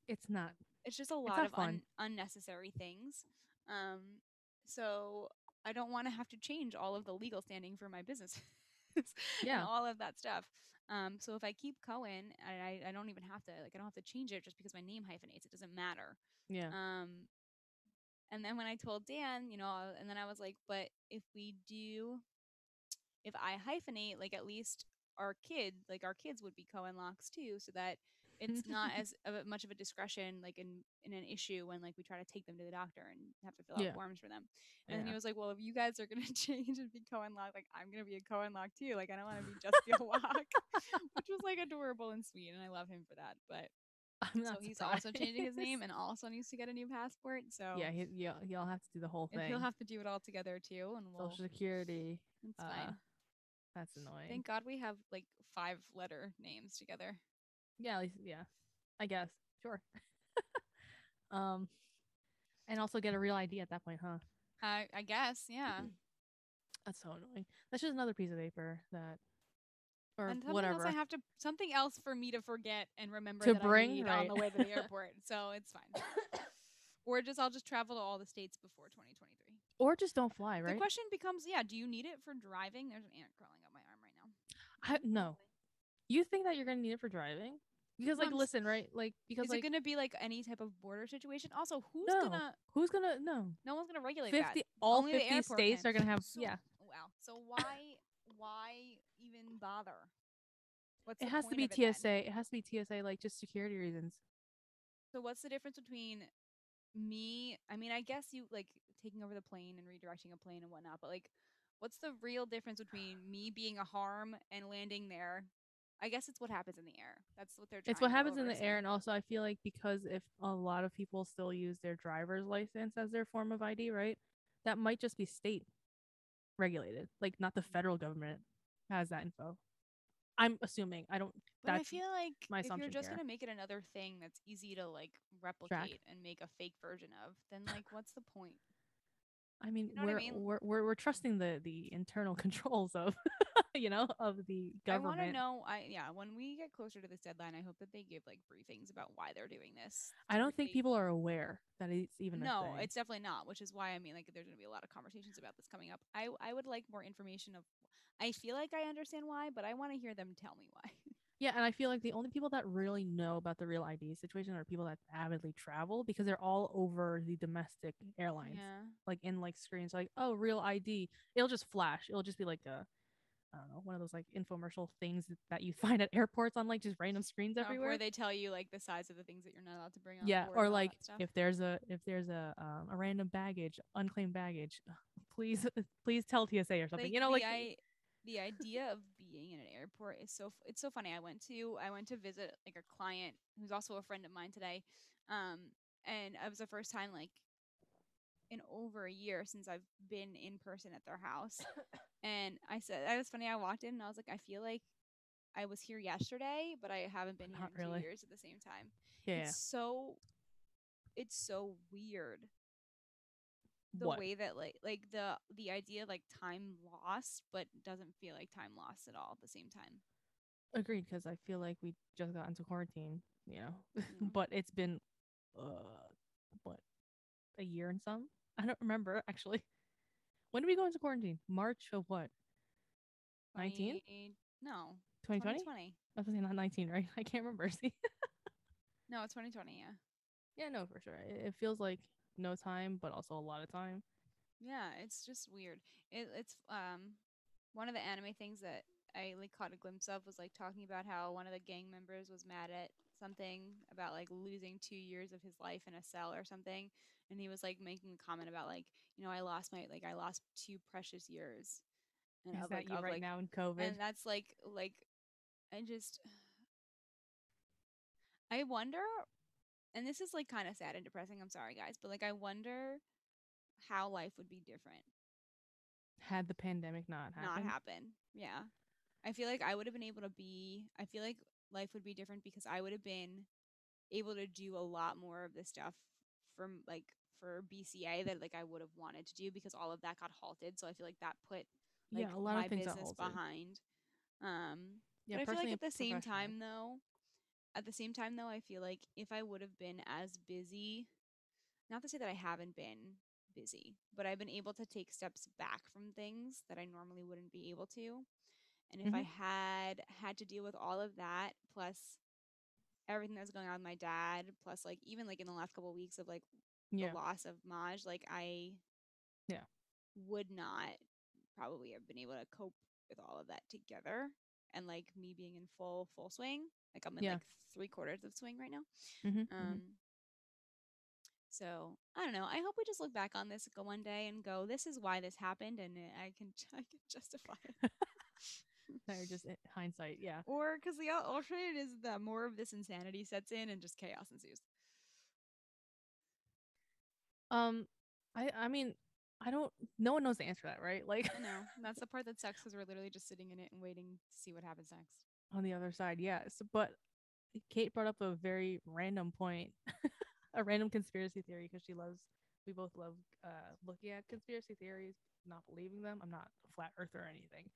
[SPEAKER 2] It's not.
[SPEAKER 1] it's just a lot
[SPEAKER 2] not
[SPEAKER 1] of un-
[SPEAKER 2] fun.
[SPEAKER 1] unnecessary things. Um, so I don't want to have to change all of the legal standing for my business,
[SPEAKER 2] Yeah.
[SPEAKER 1] and all of that stuff. Um, so if I keep Cohen, and I, I don't even have to like I don't have to change it just because my name hyphenates. It doesn't matter.
[SPEAKER 2] Yeah.
[SPEAKER 1] Um, and then when I told Dan, you know, I- and then I was like, but if we do, if I hyphenate, like at least our kid, like our kids would be Cohen locks too, so that it's not as of a- much of a discretion like in in an issue when like we try to take them to the doctor and have to fill out
[SPEAKER 2] Yeah.
[SPEAKER 1] forms for them. And then he was like, "Well, if you guys are gonna change and be Cohen Lock, like I'm gonna be a Cohen Lock too. Like I don't want to be just the Lock," which was like adorable and sweet, and I love him for that. But
[SPEAKER 2] I'm
[SPEAKER 1] so
[SPEAKER 2] not
[SPEAKER 1] he's also changing his
[SPEAKER 2] surprised.
[SPEAKER 1] name and also needs to get a new passport. So
[SPEAKER 2] yeah, he, yeah, he'll have to do the whole
[SPEAKER 1] and
[SPEAKER 2] thing.
[SPEAKER 1] he'll have to do it all together too, and we'll.
[SPEAKER 2] Social Security.
[SPEAKER 1] It's
[SPEAKER 2] uh,
[SPEAKER 1] fine.
[SPEAKER 2] That's annoying.
[SPEAKER 1] Thank God we have like five letter names together.
[SPEAKER 2] yeah, at least, yeah. I guess. Sure. um, and also get a real ID at that point, huh?
[SPEAKER 1] I I guess, yeah.
[SPEAKER 2] That's so annoying. That's just another piece of paper that, or
[SPEAKER 1] and something
[SPEAKER 2] whatever.
[SPEAKER 1] else I have to something else for me to forget and remember
[SPEAKER 2] To
[SPEAKER 1] that I
[SPEAKER 2] bring,
[SPEAKER 1] need on
[SPEAKER 2] right.
[SPEAKER 1] the way to the airport. So it's fine. or just I'll just travel to all the states before 2023.
[SPEAKER 2] or just don't fly,
[SPEAKER 1] The
[SPEAKER 2] right?
[SPEAKER 1] question becomes, yeah, do you need it for driving? There's an ant crawling up my arm right now.
[SPEAKER 2] I, no, you think that you're gonna need it for driving? Because
[SPEAKER 1] No,
[SPEAKER 2] like,
[SPEAKER 1] I'm just-
[SPEAKER 2] listen, right? Like, because
[SPEAKER 1] Is
[SPEAKER 2] like,
[SPEAKER 1] it going to be like any type of border situation? Also, who's
[SPEAKER 2] No.
[SPEAKER 1] gonna?
[SPEAKER 2] who's gonna no?
[SPEAKER 1] No one's gonna regulate that.
[SPEAKER 2] Fifty, all
[SPEAKER 1] Only the
[SPEAKER 2] fifty
[SPEAKER 1] airport
[SPEAKER 2] states
[SPEAKER 1] can.
[SPEAKER 2] are gonna have
[SPEAKER 1] So- oh,
[SPEAKER 2] yeah.
[SPEAKER 1] Wow. So why why even bother? What's
[SPEAKER 2] It
[SPEAKER 1] the
[SPEAKER 2] has to
[SPEAKER 1] point
[SPEAKER 2] be
[SPEAKER 1] of it then?
[SPEAKER 2] TSA. It has to be TSA, like just security reasons.
[SPEAKER 1] So what's the difference between me? I mean, I guess you like taking over the plane and redirecting a plane and whatnot, but like, what's the real difference between me being a harm and landing there? I guess it's what happens in the air. That's what they're.
[SPEAKER 2] It's
[SPEAKER 1] trying
[SPEAKER 2] what
[SPEAKER 1] to
[SPEAKER 2] happens in the
[SPEAKER 1] overstate.
[SPEAKER 2] air, and also I feel like because if a lot of people still use their driver's license as their form of ID, right? That might just be state regulated, like not the federal government has that info. I'm assuming. I don't.
[SPEAKER 1] But I
[SPEAKER 2] that's
[SPEAKER 1] feel like
[SPEAKER 2] my
[SPEAKER 1] if you're
[SPEAKER 2] assumption
[SPEAKER 1] just
[SPEAKER 2] here.
[SPEAKER 1] gonna make it another thing that's easy to like replicate and make a fake version of, then like, what's the point?
[SPEAKER 2] I mean,
[SPEAKER 1] know what I
[SPEAKER 2] we're,
[SPEAKER 1] mean?
[SPEAKER 2] we're we're we're trusting the the internal controls of, you know, of the government.
[SPEAKER 1] I want to know. I yeah. When we get closer to this deadline, I hope that they give like briefings about why they're doing this.
[SPEAKER 2] I don't think
[SPEAKER 1] people.
[SPEAKER 2] people are aware that it's even. a
[SPEAKER 1] no
[SPEAKER 2] thing.
[SPEAKER 1] it's definitely not which is why i mean like there's going to be a lot of conversations about this coming up i i would like more information of i feel like i understand why but i want to hear them tell me why
[SPEAKER 2] Yeah, and I feel like the only people that really know about the real ID situation are people that avidly travel because they're all over the domestic airlines, like in like screens, like oh, real ID. It'll just flash. It'll just be like a, I don't know, one of those like infomercial things that- that you find at airports on like just random screens
[SPEAKER 1] Uh,
[SPEAKER 2] everywhere.
[SPEAKER 1] where they tell you like the size of the things that you're not allowed to bring on
[SPEAKER 2] yeah,
[SPEAKER 1] board and
[SPEAKER 2] or
[SPEAKER 1] all
[SPEAKER 2] like
[SPEAKER 1] that stuff.
[SPEAKER 2] if there's a if there's a um, a random baggage, unclaimed baggage, please please tell TSA or something. you know,
[SPEAKER 1] the
[SPEAKER 2] like
[SPEAKER 1] I, the idea of being in an airport is so f- it's so funny. I went to I went to visit like a client who's also a friend of mine today, um, and it was the first time like in over a year since I've been in person at their house. and I said that was funny. I walked in and I was like, I feel like I was here yesterday, but I haven't been here
[SPEAKER 2] Not
[SPEAKER 1] in two
[SPEAKER 2] really.
[SPEAKER 1] years at the same time.
[SPEAKER 2] yeah,
[SPEAKER 1] It's so it's so weird the
[SPEAKER 2] what?
[SPEAKER 1] way that like like the the idea of, like time lost but doesn't feel like time lost at all at the same time
[SPEAKER 2] Agreed, because I feel like we just got into quarantine, you know.
[SPEAKER 1] Yeah.
[SPEAKER 2] but it's been uh what a year and some? I don't remember actually. When did we go into quarantine? March of what? 19?
[SPEAKER 1] 20 no
[SPEAKER 2] 2020?
[SPEAKER 1] 2020
[SPEAKER 2] I was saying not 19, right? I can't remember. See?
[SPEAKER 1] no it's 2020 yeah
[SPEAKER 2] yeah, no, for sure. It, it feels like no time, but also a lot of time.
[SPEAKER 1] yeah it's just weird it, it's um one of the anime things that i like caught a glimpse of was like talking about how one of the gang members was mad at something about like losing two years of his life in a cell or something and he was like making a comment about like you know i lost my like i lost two precious years and
[SPEAKER 2] Is
[SPEAKER 1] of,
[SPEAKER 2] that
[SPEAKER 1] like,
[SPEAKER 2] you
[SPEAKER 1] of,
[SPEAKER 2] right
[SPEAKER 1] like,
[SPEAKER 2] now in COVID?
[SPEAKER 1] and that's like like i just i wonder and this is like kind of sad and depressing i'm sorry guys but like i wonder how life would be different
[SPEAKER 2] Had the pandemic not happened.
[SPEAKER 1] not happen yeah i feel like i would have been able to be i feel like life would be different because i would have been able to do a lot more of the stuff from like for bca that like i would have wanted to do because all of that got halted so i feel like that put like
[SPEAKER 2] yeah, a lot
[SPEAKER 1] my
[SPEAKER 2] of things
[SPEAKER 1] business
[SPEAKER 2] are halted.
[SPEAKER 1] behind um
[SPEAKER 2] Yeah,
[SPEAKER 1] but I feel
[SPEAKER 2] personally
[SPEAKER 1] like at the
[SPEAKER 2] and
[SPEAKER 1] same
[SPEAKER 2] professionally.
[SPEAKER 1] time though, at the same time though, I feel like if I would have been as busy, not to say that I haven't been busy, but I've been able to take steps back from things that I normally wouldn't be able to. And if I
[SPEAKER 2] Mm-hmm.
[SPEAKER 1] had had to deal with all of that plus everything that was going on with my dad, plus like even like in the last couple of weeks of like
[SPEAKER 2] yeah.
[SPEAKER 1] the loss of Maj, like I
[SPEAKER 2] Yeah.
[SPEAKER 1] would not probably have been able to cope with all of that together and like me being in full full swing. Like I'm in
[SPEAKER 2] Yeah.
[SPEAKER 1] like three quarters of swing right now.
[SPEAKER 2] Mhm, mhm.
[SPEAKER 1] Um, so I don't know. I hope we just look back on this go one day and go, "This is why this happened," and it- I can I can justify it.
[SPEAKER 2] Now you're just in hindsight. Yeah.
[SPEAKER 1] or because the al- alternative is that more of this insanity sets in and just chaos ensues.
[SPEAKER 2] Um, I I mean, I don't. No one knows the answer to that, right? Like
[SPEAKER 1] I know and that's the part that sucks because we're literally just sitting in it and waiting to see what happens next.
[SPEAKER 2] on the other side, yes. But Kate brought up a very random point, a random conspiracy theory because she loves. We both love uh, looking at conspiracy theories, not believing them. I'm not a flat earther or anything.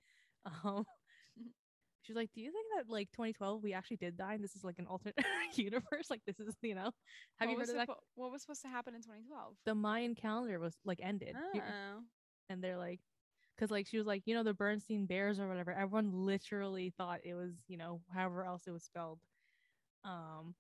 [SPEAKER 2] Um, she's like, "Do you think that like 2012 we actually did die? And this is like an alternate universe. Like this is you know,
[SPEAKER 1] what
[SPEAKER 2] have you heard
[SPEAKER 1] was
[SPEAKER 2] of that?
[SPEAKER 1] suppo- what was supposed to happen in 2012?
[SPEAKER 2] The Mayan calendar was like ended. You-
[SPEAKER 1] Oh.
[SPEAKER 2] and they're like because like she was like you know the bernstein bears or whatever everyone literally thought it was you know however else it was spelled um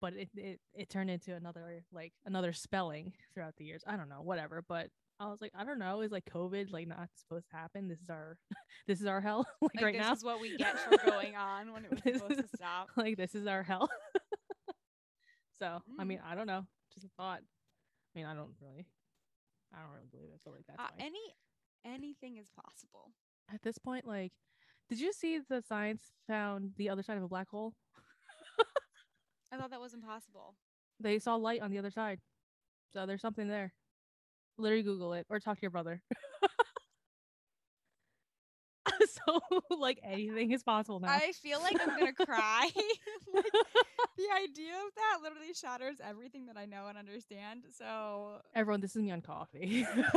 [SPEAKER 2] but it it, it turned into another like another spelling throughout the years i don't know whatever but i was like i don't know is like covid like not supposed to happen this is our this is our hell like,
[SPEAKER 1] Like,
[SPEAKER 2] right
[SPEAKER 1] this
[SPEAKER 2] now
[SPEAKER 1] is what we get for going on when it was
[SPEAKER 2] This
[SPEAKER 1] supposed to
[SPEAKER 2] is-
[SPEAKER 1] stop.
[SPEAKER 2] like this is our hell so i
[SPEAKER 1] Mm.
[SPEAKER 2] mean i don't know just a thought i mean i don't really i don't really believe it but like that's
[SPEAKER 1] Uh,
[SPEAKER 2] fine.
[SPEAKER 1] any anything is possible.
[SPEAKER 2] at this point, like, did you see the science found the other side of a black hole?
[SPEAKER 1] I thought that was impossible.
[SPEAKER 2] They saw light on the other side. So there's something there. Literally Google it or talk to your brother. so like anything is possible now.
[SPEAKER 1] I feel like I'm gonna cry. like, the idea of that literally shatters everything that I know and understand. So
[SPEAKER 2] Everyone, this is me on coffee.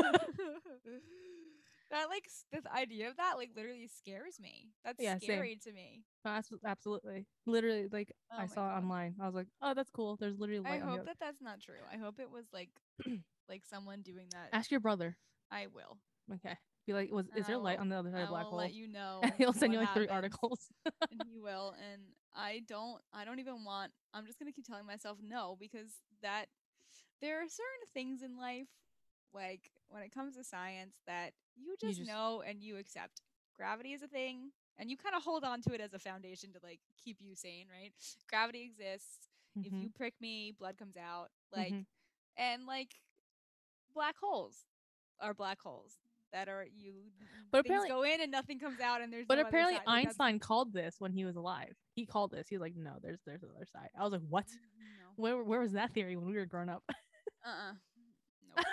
[SPEAKER 1] that like s- this idea of that like literally scares me. That's
[SPEAKER 2] Yeah, same.
[SPEAKER 1] scary to me.
[SPEAKER 2] Abs- Absolutely. Literally, like
[SPEAKER 1] Oh
[SPEAKER 2] I
[SPEAKER 1] my
[SPEAKER 2] saw it
[SPEAKER 1] God.
[SPEAKER 2] online. I was like, oh, that's cool. There's literally
[SPEAKER 1] I
[SPEAKER 2] light on the
[SPEAKER 1] hope
[SPEAKER 2] other.
[SPEAKER 1] that that's not true. I hope it was like like someone doing that.
[SPEAKER 2] Ask your brother.
[SPEAKER 1] I will.
[SPEAKER 2] Okay. Be like, was
[SPEAKER 1] And
[SPEAKER 2] is there
[SPEAKER 1] I
[SPEAKER 2] light
[SPEAKER 1] will-
[SPEAKER 2] on the other side
[SPEAKER 1] I
[SPEAKER 2] of a black
[SPEAKER 1] will
[SPEAKER 2] hole?
[SPEAKER 1] let you know.
[SPEAKER 2] He'll send you
[SPEAKER 1] what
[SPEAKER 2] like three
[SPEAKER 1] happens.
[SPEAKER 2] articles.
[SPEAKER 1] and he will and i don't i don't even want i'm just gonna keep telling myself no because that there are certain things in life like when it comes to science that you
[SPEAKER 2] You
[SPEAKER 1] just,
[SPEAKER 2] just-
[SPEAKER 1] know and you accept gravity is a thing and you kind of hold on to it as a foundation to like keep you sane right gravity exists if
[SPEAKER 2] Mhm.
[SPEAKER 1] you prick me blood comes out like
[SPEAKER 2] Mhm.
[SPEAKER 1] and like black holes are black holes that are you
[SPEAKER 2] But
[SPEAKER 1] things
[SPEAKER 2] apparently-
[SPEAKER 1] go in and nothing comes out and there's
[SPEAKER 2] But
[SPEAKER 1] no other
[SPEAKER 2] apparently
[SPEAKER 1] side. Like, that's-
[SPEAKER 2] Einstein called this when he was alive. He called this. He was like, "No, there's there's another side." I was like, "What?
[SPEAKER 1] no
[SPEAKER 2] Where where was that theory when we were growing up?"
[SPEAKER 1] Uh-uh. Nope.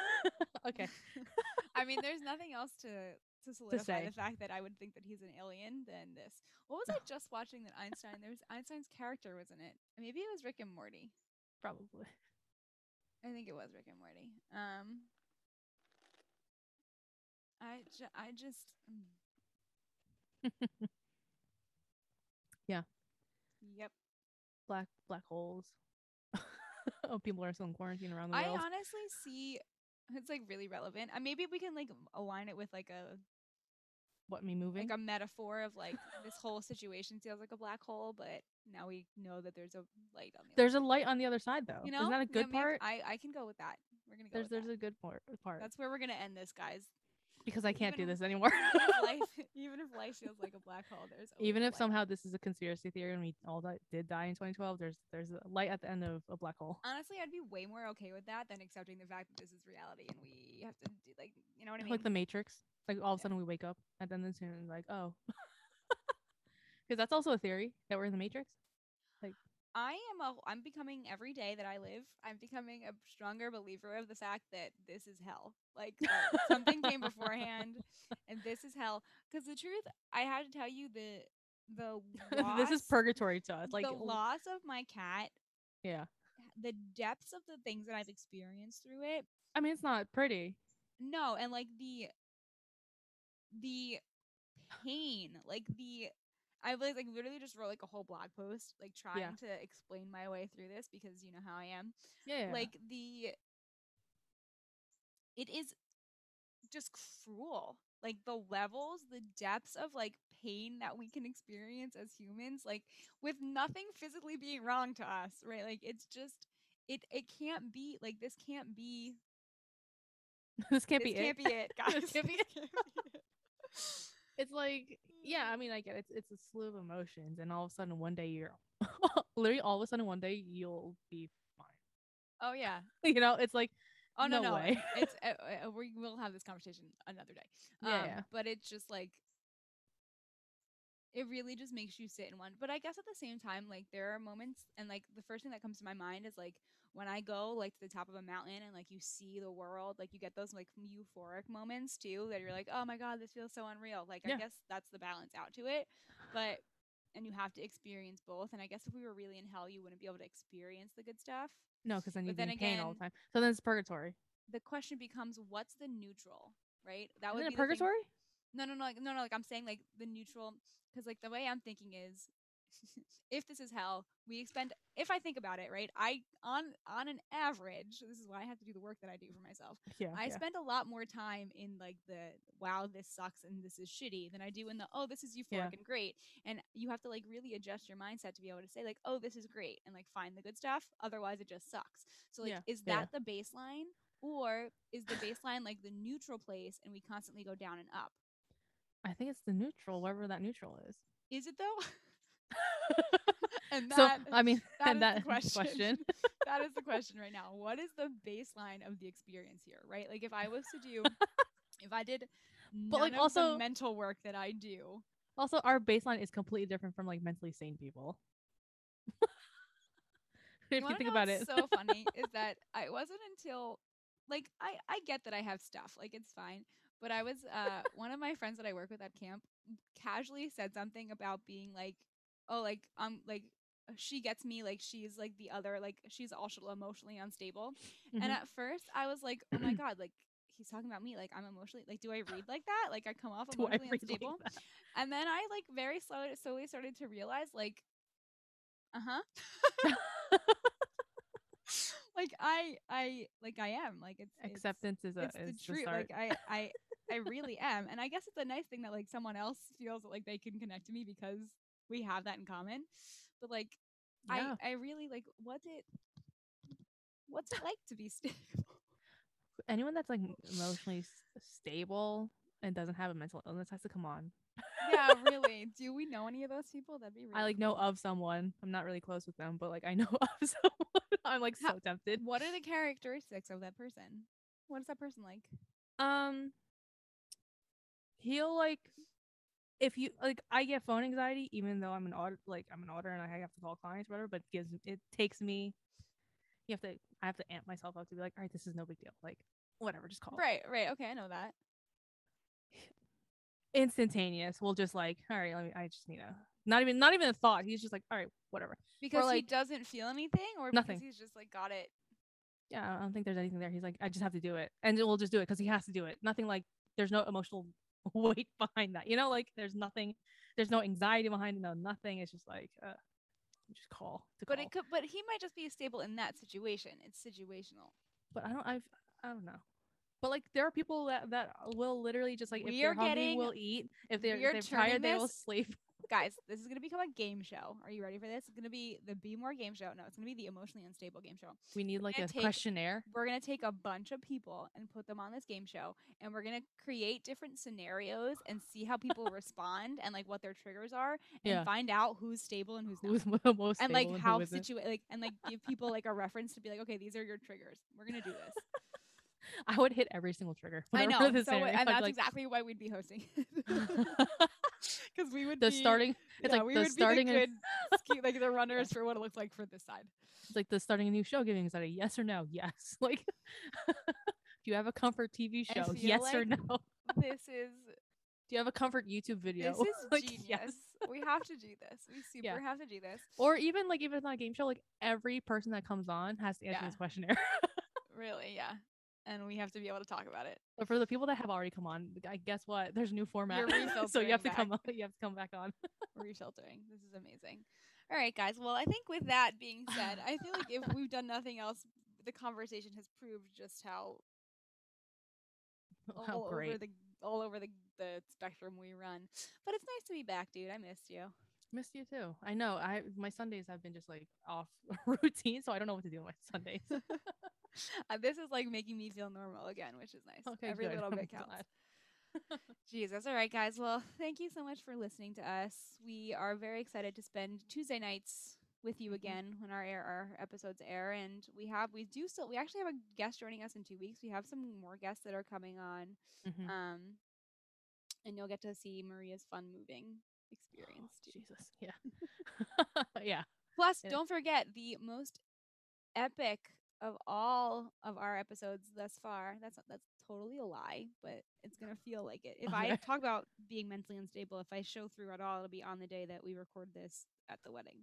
[SPEAKER 2] okay.
[SPEAKER 1] I mean, there's nothing else to to solidify
[SPEAKER 2] say.
[SPEAKER 1] the fact that I would think that he's an alien than this. What was I just watching that Einstein? There was Einstein's character was in it. Maybe it was Rick and Morty.
[SPEAKER 2] Probably.
[SPEAKER 1] I think it was Rick and Morty. Um, I ju- I just mm.
[SPEAKER 2] Yeah.
[SPEAKER 1] Yep.
[SPEAKER 2] Black black holes. oh, people are still in quarantine around the
[SPEAKER 1] I
[SPEAKER 2] world.
[SPEAKER 1] honestly see it's like really relevant. Uh, maybe we can like align it with like a
[SPEAKER 2] what me moving?
[SPEAKER 1] like a metaphor of like this whole situation feels like a black hole, but now we know that there's a light on the
[SPEAKER 2] there's a light on the other side though.
[SPEAKER 1] other. You know,
[SPEAKER 2] Isn't that a
[SPEAKER 1] Yeah,
[SPEAKER 2] good
[SPEAKER 1] we have-
[SPEAKER 2] part?
[SPEAKER 1] I I can go with that. We're gonna go.
[SPEAKER 2] there's
[SPEAKER 1] with
[SPEAKER 2] there's
[SPEAKER 1] that.
[SPEAKER 2] a good part part
[SPEAKER 1] That's where we're gonna end this, guys.
[SPEAKER 2] because I can't do
[SPEAKER 1] even-
[SPEAKER 2] this anymore.
[SPEAKER 1] Even if life, even if life feels like a black hole, there's always
[SPEAKER 2] Even
[SPEAKER 1] a
[SPEAKER 2] if
[SPEAKER 1] light.
[SPEAKER 2] somehow this is a conspiracy theory and we all di- did die in 2012, there's there's a light at the end of a black hole.
[SPEAKER 1] Honestly, I'd be way more okay with that than accepting the fact that this is reality and we have to do like you know what I mean.
[SPEAKER 2] like the Matrix. Like all of a
[SPEAKER 1] Yeah.
[SPEAKER 2] sudden we wake up and then the tune like oh, because that's also a theory that we're in the Matrix.
[SPEAKER 1] I am a I'm becoming every day that I live, I'm becoming a stronger believer of the fact that this is hell. Like uh, something came beforehand and this is hell cuz the truth I had to tell you the the loss,
[SPEAKER 2] this is purgatory to us. Like
[SPEAKER 1] the
[SPEAKER 2] l-
[SPEAKER 1] loss of my cat,
[SPEAKER 2] yeah,
[SPEAKER 1] the depths of the things that I've experienced through it.
[SPEAKER 2] I mean it's not pretty.
[SPEAKER 1] No, and like the the pain, like the I was like literally just wrote like a whole blog post like trying to explain my way through this because you know how I am.
[SPEAKER 2] Yeah,
[SPEAKER 1] like the it is just cruel like the levels the depths of like pain that we can experience as humans like with nothing physically being wrong to us right like it's just it it can't be like this can't be
[SPEAKER 2] this can't
[SPEAKER 1] this
[SPEAKER 2] be
[SPEAKER 1] can't
[SPEAKER 2] it.
[SPEAKER 1] be it guys
[SPEAKER 2] This can't be
[SPEAKER 1] This can't be it.
[SPEAKER 2] it's like yeah i mean i get it. it's it's a slew of emotions and all of a sudden one day you're literally all of a sudden one day you'll be fine
[SPEAKER 1] Oh yeah.
[SPEAKER 2] you know it's like
[SPEAKER 1] Oh no,
[SPEAKER 2] No
[SPEAKER 1] no.
[SPEAKER 2] way.
[SPEAKER 1] it's uh, uh, we will have this conversation another day. Um,
[SPEAKER 2] Yeah, yeah.
[SPEAKER 1] But it's just like it really just makes you sit in one. But I guess at the same time, like there are moments, and like the first thing that comes to my mind is like when I go like to the top of a mountain and like you see the world, like you get those like euphoric moments too that you're like, oh my god, this feels so unreal. Like
[SPEAKER 2] Yeah.
[SPEAKER 1] I guess that's the balance out to it, but. And you have to experience both. And I guess if we were really in hell, you wouldn't be able to experience the good stuff.
[SPEAKER 2] no because then
[SPEAKER 1] But
[SPEAKER 2] you'd be
[SPEAKER 1] then
[SPEAKER 2] in pain all the
[SPEAKER 1] again,
[SPEAKER 2] time so then it's purgatory
[SPEAKER 1] the question becomes what's the neutral right that
[SPEAKER 2] Isn't
[SPEAKER 1] be
[SPEAKER 2] it
[SPEAKER 1] the thing-
[SPEAKER 2] purgatory
[SPEAKER 1] no no no like, no no like i'm saying like the neutral because like the way i'm thinking is if this is hell we expend if i think about it right i on on an average this is why i have to do the work that i do for myself
[SPEAKER 2] yeah
[SPEAKER 1] i
[SPEAKER 2] yeah.
[SPEAKER 1] spend a lot more time in like the wow this sucks and this is shitty than i do in the oh this is euphoric and great and you have to like really adjust your mindset to be able to say like oh this is great and like find the good stuff otherwise it just sucks so like
[SPEAKER 2] Yeah,
[SPEAKER 1] is
[SPEAKER 2] yeah.
[SPEAKER 1] that the baseline or is the baseline like the neutral place and we constantly go down and up
[SPEAKER 2] I think it's the neutral wherever that neutral is
[SPEAKER 1] is it though and
[SPEAKER 2] so
[SPEAKER 1] that
[SPEAKER 2] i mean
[SPEAKER 1] that
[SPEAKER 2] that,
[SPEAKER 1] is the question.
[SPEAKER 2] question.
[SPEAKER 1] that is the question right now what is the baseline of the experience here right like if i was to do if i did but
[SPEAKER 2] like,
[SPEAKER 1] like also
[SPEAKER 2] also-
[SPEAKER 1] mental work that i do
[SPEAKER 2] Also, our baseline is completely different from like mentally sane people. if you
[SPEAKER 1] wanna
[SPEAKER 2] think
[SPEAKER 1] know
[SPEAKER 2] about it,
[SPEAKER 1] what's so funny is that I wasn't until like I I get that I have stuff, like it's fine. But I was uh one of my friends that I work with at camp casually said something about being like, oh, like um, like she gets me, like she's like the other, like she's also emotionally unstable. And
[SPEAKER 2] Mhm.
[SPEAKER 1] at first, I was like, oh my god, like he's talking about me, like I'm emotionally, like do I read like that? Like I come off
[SPEAKER 2] Do I
[SPEAKER 1] emotionally
[SPEAKER 2] relate
[SPEAKER 1] unstable?
[SPEAKER 2] that?
[SPEAKER 1] And then I like very slowly, slowly started to realize like, uh huh, like I, I, like I am. Like it's it's-
[SPEAKER 2] Acceptance is a
[SPEAKER 1] It's,
[SPEAKER 2] is
[SPEAKER 1] the truth.
[SPEAKER 2] start.
[SPEAKER 1] Like I, I, I really am. And I guess it's a nice thing that like someone else feels that like they can connect to me because we have that in common. But like
[SPEAKER 2] Yeah.
[SPEAKER 1] I, I really like what's it, what's it like to be stable?
[SPEAKER 2] Anyone that's like m- emotionally s- stable and doesn't have a mental illness has to come on.
[SPEAKER 1] yeah, really. Do we know any of those people? That'd be really
[SPEAKER 2] I like know
[SPEAKER 1] cool.
[SPEAKER 2] of someone. I'm not really close with them, but like I know of someone. I'm like
[SPEAKER 1] How-
[SPEAKER 2] so tempted.
[SPEAKER 1] What are the characteristics of that person? What is that person like?
[SPEAKER 2] Um, he'll like if you like. I get phone anxiety, even though I'm an aud like I'm an auditor and I have to call clients, or whatever. But it gives it takes me. You have to. I have to amp myself up to be like, all right, this is no big deal. Like whatever, just call.
[SPEAKER 1] Right, right. Okay, I know that.
[SPEAKER 2] Instantaneous. We'll just like, all right, let me. I just need a. Not even. Not even a thought. He's just like, all right, whatever.
[SPEAKER 1] Because he
[SPEAKER 2] like-
[SPEAKER 1] doesn't feel anything, or
[SPEAKER 2] Nothing.
[SPEAKER 1] because he's just like got it.
[SPEAKER 2] Yeah, I don't think there's anything there. He's like, I just have to do it, and we'll just do it because he has to do it. Nothing like there's no emotional weight behind that. You know, like there's nothing, there's no anxiety behind it. No nothing. It's just like, uh, just call. To
[SPEAKER 1] But
[SPEAKER 2] call.
[SPEAKER 1] it could. But he might just be stable in that situation. It's situational.
[SPEAKER 2] But I don't. I've. I don't know. But like there are people that that will literally just like if
[SPEAKER 1] We
[SPEAKER 2] they're
[SPEAKER 1] are
[SPEAKER 2] hungry,
[SPEAKER 1] getting-
[SPEAKER 2] will eat. If they're,
[SPEAKER 1] we are
[SPEAKER 2] if they're tired,
[SPEAKER 1] turning
[SPEAKER 2] they will
[SPEAKER 1] this-
[SPEAKER 2] sleep.
[SPEAKER 1] Guys, this is gonna become a game show. Are you ready for this? It's gonna be the Be More game show. No, it's gonna be the emotionally unstable game show.
[SPEAKER 2] We need like
[SPEAKER 1] gonna
[SPEAKER 2] a
[SPEAKER 1] take-
[SPEAKER 2] questionnaire.
[SPEAKER 1] We're gonna take a bunch of people and put them on this game show, and we're gonna create different scenarios and see how people respond and like what their triggers are, and
[SPEAKER 2] Yeah.
[SPEAKER 1] find out who's stable and who's not.
[SPEAKER 2] Who's the most
[SPEAKER 1] and like
[SPEAKER 2] stable who
[SPEAKER 1] how
[SPEAKER 2] isn't.
[SPEAKER 1] situa- like and like give people like a reference to be like, okay, these are your triggers. We're gonna do this.
[SPEAKER 2] I would hit every single trigger.
[SPEAKER 1] I know.
[SPEAKER 2] whatever the
[SPEAKER 1] So,
[SPEAKER 2] scenario,
[SPEAKER 1] and
[SPEAKER 2] I'd be
[SPEAKER 1] that's
[SPEAKER 2] like-
[SPEAKER 1] exactly why we'd be hosting. Because we would
[SPEAKER 2] the
[SPEAKER 1] be,
[SPEAKER 2] starting. It's
[SPEAKER 1] yeah,
[SPEAKER 2] like
[SPEAKER 1] we
[SPEAKER 2] the
[SPEAKER 1] would
[SPEAKER 2] starting.
[SPEAKER 1] be
[SPEAKER 2] and-
[SPEAKER 1] the good ski, like the runners for what it looks like for this side.
[SPEAKER 2] It's like the starting a new show giving anxiety. Yes or no? Yes. Like, do you have a comfort TV
[SPEAKER 1] I
[SPEAKER 2] show?
[SPEAKER 1] feel
[SPEAKER 2] Yes or
[SPEAKER 1] like
[SPEAKER 2] no? Do
[SPEAKER 1] This is
[SPEAKER 2] you have a comfort YouTube video?
[SPEAKER 1] this is
[SPEAKER 2] Like,
[SPEAKER 1] genius.
[SPEAKER 2] yes.
[SPEAKER 1] We have to do this. We super
[SPEAKER 2] Yeah.
[SPEAKER 1] have to do this.
[SPEAKER 2] Or even like if it's not a game show, like every person that comes on has to answer
[SPEAKER 1] Yeah.
[SPEAKER 2] this questionnaire.
[SPEAKER 1] Really, yeah. And we have to be able to talk about it.
[SPEAKER 2] but for the people that have already come on, I guess what? There's a new format. so
[SPEAKER 1] refiltering
[SPEAKER 2] you have to come
[SPEAKER 1] back.
[SPEAKER 2] up, you have to come back on.
[SPEAKER 1] Refiltering. This is amazing. All right, guys. Well, I think with that being said, I feel like if we've done nothing else, the conversation has proved just how
[SPEAKER 2] How
[SPEAKER 1] all
[SPEAKER 2] Oh, great.
[SPEAKER 1] over the all over the, the spectrum we run. But it's nice to be back, dude. I missed you.
[SPEAKER 2] Missed you too. I know. I my Sundays have been just like off routine, so I don't know what to do on my Sundays.
[SPEAKER 1] Uh, this is like making me feel normal again, which is nice.
[SPEAKER 2] Okay,
[SPEAKER 1] Every
[SPEAKER 2] good.
[SPEAKER 1] little
[SPEAKER 2] I'm
[SPEAKER 1] bit counts.
[SPEAKER 2] glad.
[SPEAKER 1] Jesus. All right, guys. Well, thank you so much for listening to us. We are very excited to spend Tuesday nights with you
[SPEAKER 2] Mm-hmm.
[SPEAKER 1] again when our air, our episodes air, and we have we do still we actually have a guest joining us in two weeks. We have some more guests that are coming on,
[SPEAKER 2] Mhm.
[SPEAKER 1] um, and you'll get to see Maria's fun moving experience too.
[SPEAKER 2] Jesus. Yeah. yeah.
[SPEAKER 1] Plus,
[SPEAKER 2] Yeah.
[SPEAKER 1] don't forget the most epic of all of our episodes thus far. That's that's totally a lie, but it's gonna feel like it. If I
[SPEAKER 2] Okay.
[SPEAKER 1] talk about being mentally unstable, if I show through at all, it'll be on the day that we record this at the wedding.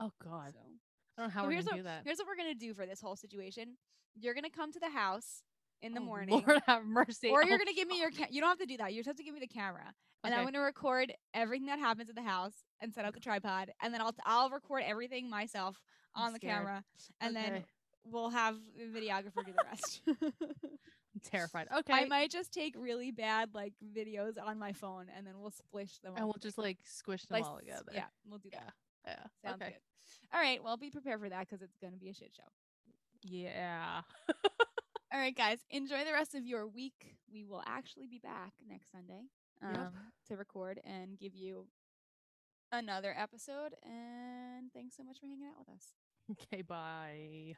[SPEAKER 2] Oh God.
[SPEAKER 1] So
[SPEAKER 2] I don't know how
[SPEAKER 1] So
[SPEAKER 2] we're
[SPEAKER 1] here's
[SPEAKER 2] gonna
[SPEAKER 1] a-
[SPEAKER 2] do that.
[SPEAKER 1] here's what we're gonna do for this whole situation: you're gonna come to the house in the
[SPEAKER 2] Oh,
[SPEAKER 1] morning,
[SPEAKER 2] Lord have mercy.
[SPEAKER 1] or
[SPEAKER 2] Oh,
[SPEAKER 1] you're gonna give me your. Ca- you don't have to do that. You just have to give me the camera and I'm
[SPEAKER 2] okay.
[SPEAKER 1] going to record everything that happens at the house and set up the tripod, and then I'll I'll record everything myself
[SPEAKER 2] I'm
[SPEAKER 1] on the
[SPEAKER 2] scared.
[SPEAKER 1] camera, and then
[SPEAKER 2] Okay.
[SPEAKER 1] we'll have the videographer do the rest.
[SPEAKER 2] I'm terrified. Okay.
[SPEAKER 1] I might just take really bad like videos on my phone, and then we'll splish them.
[SPEAKER 2] and
[SPEAKER 1] all
[SPEAKER 2] we'll just like squish them
[SPEAKER 1] like,
[SPEAKER 2] all
[SPEAKER 1] s-
[SPEAKER 2] together.
[SPEAKER 1] Yeah, we'll do that.
[SPEAKER 2] Yeah.
[SPEAKER 1] Sounds
[SPEAKER 2] okay.
[SPEAKER 1] good. All right, well, be prepared for that because it's going to be a shit show.
[SPEAKER 2] Yeah.
[SPEAKER 1] All right, guys, enjoy the rest of your week. We will actually be back next Sunday um,
[SPEAKER 2] Yep.
[SPEAKER 1] to record and give you another episode. And thanks so much for hanging out with us.
[SPEAKER 2] Okay. Bye.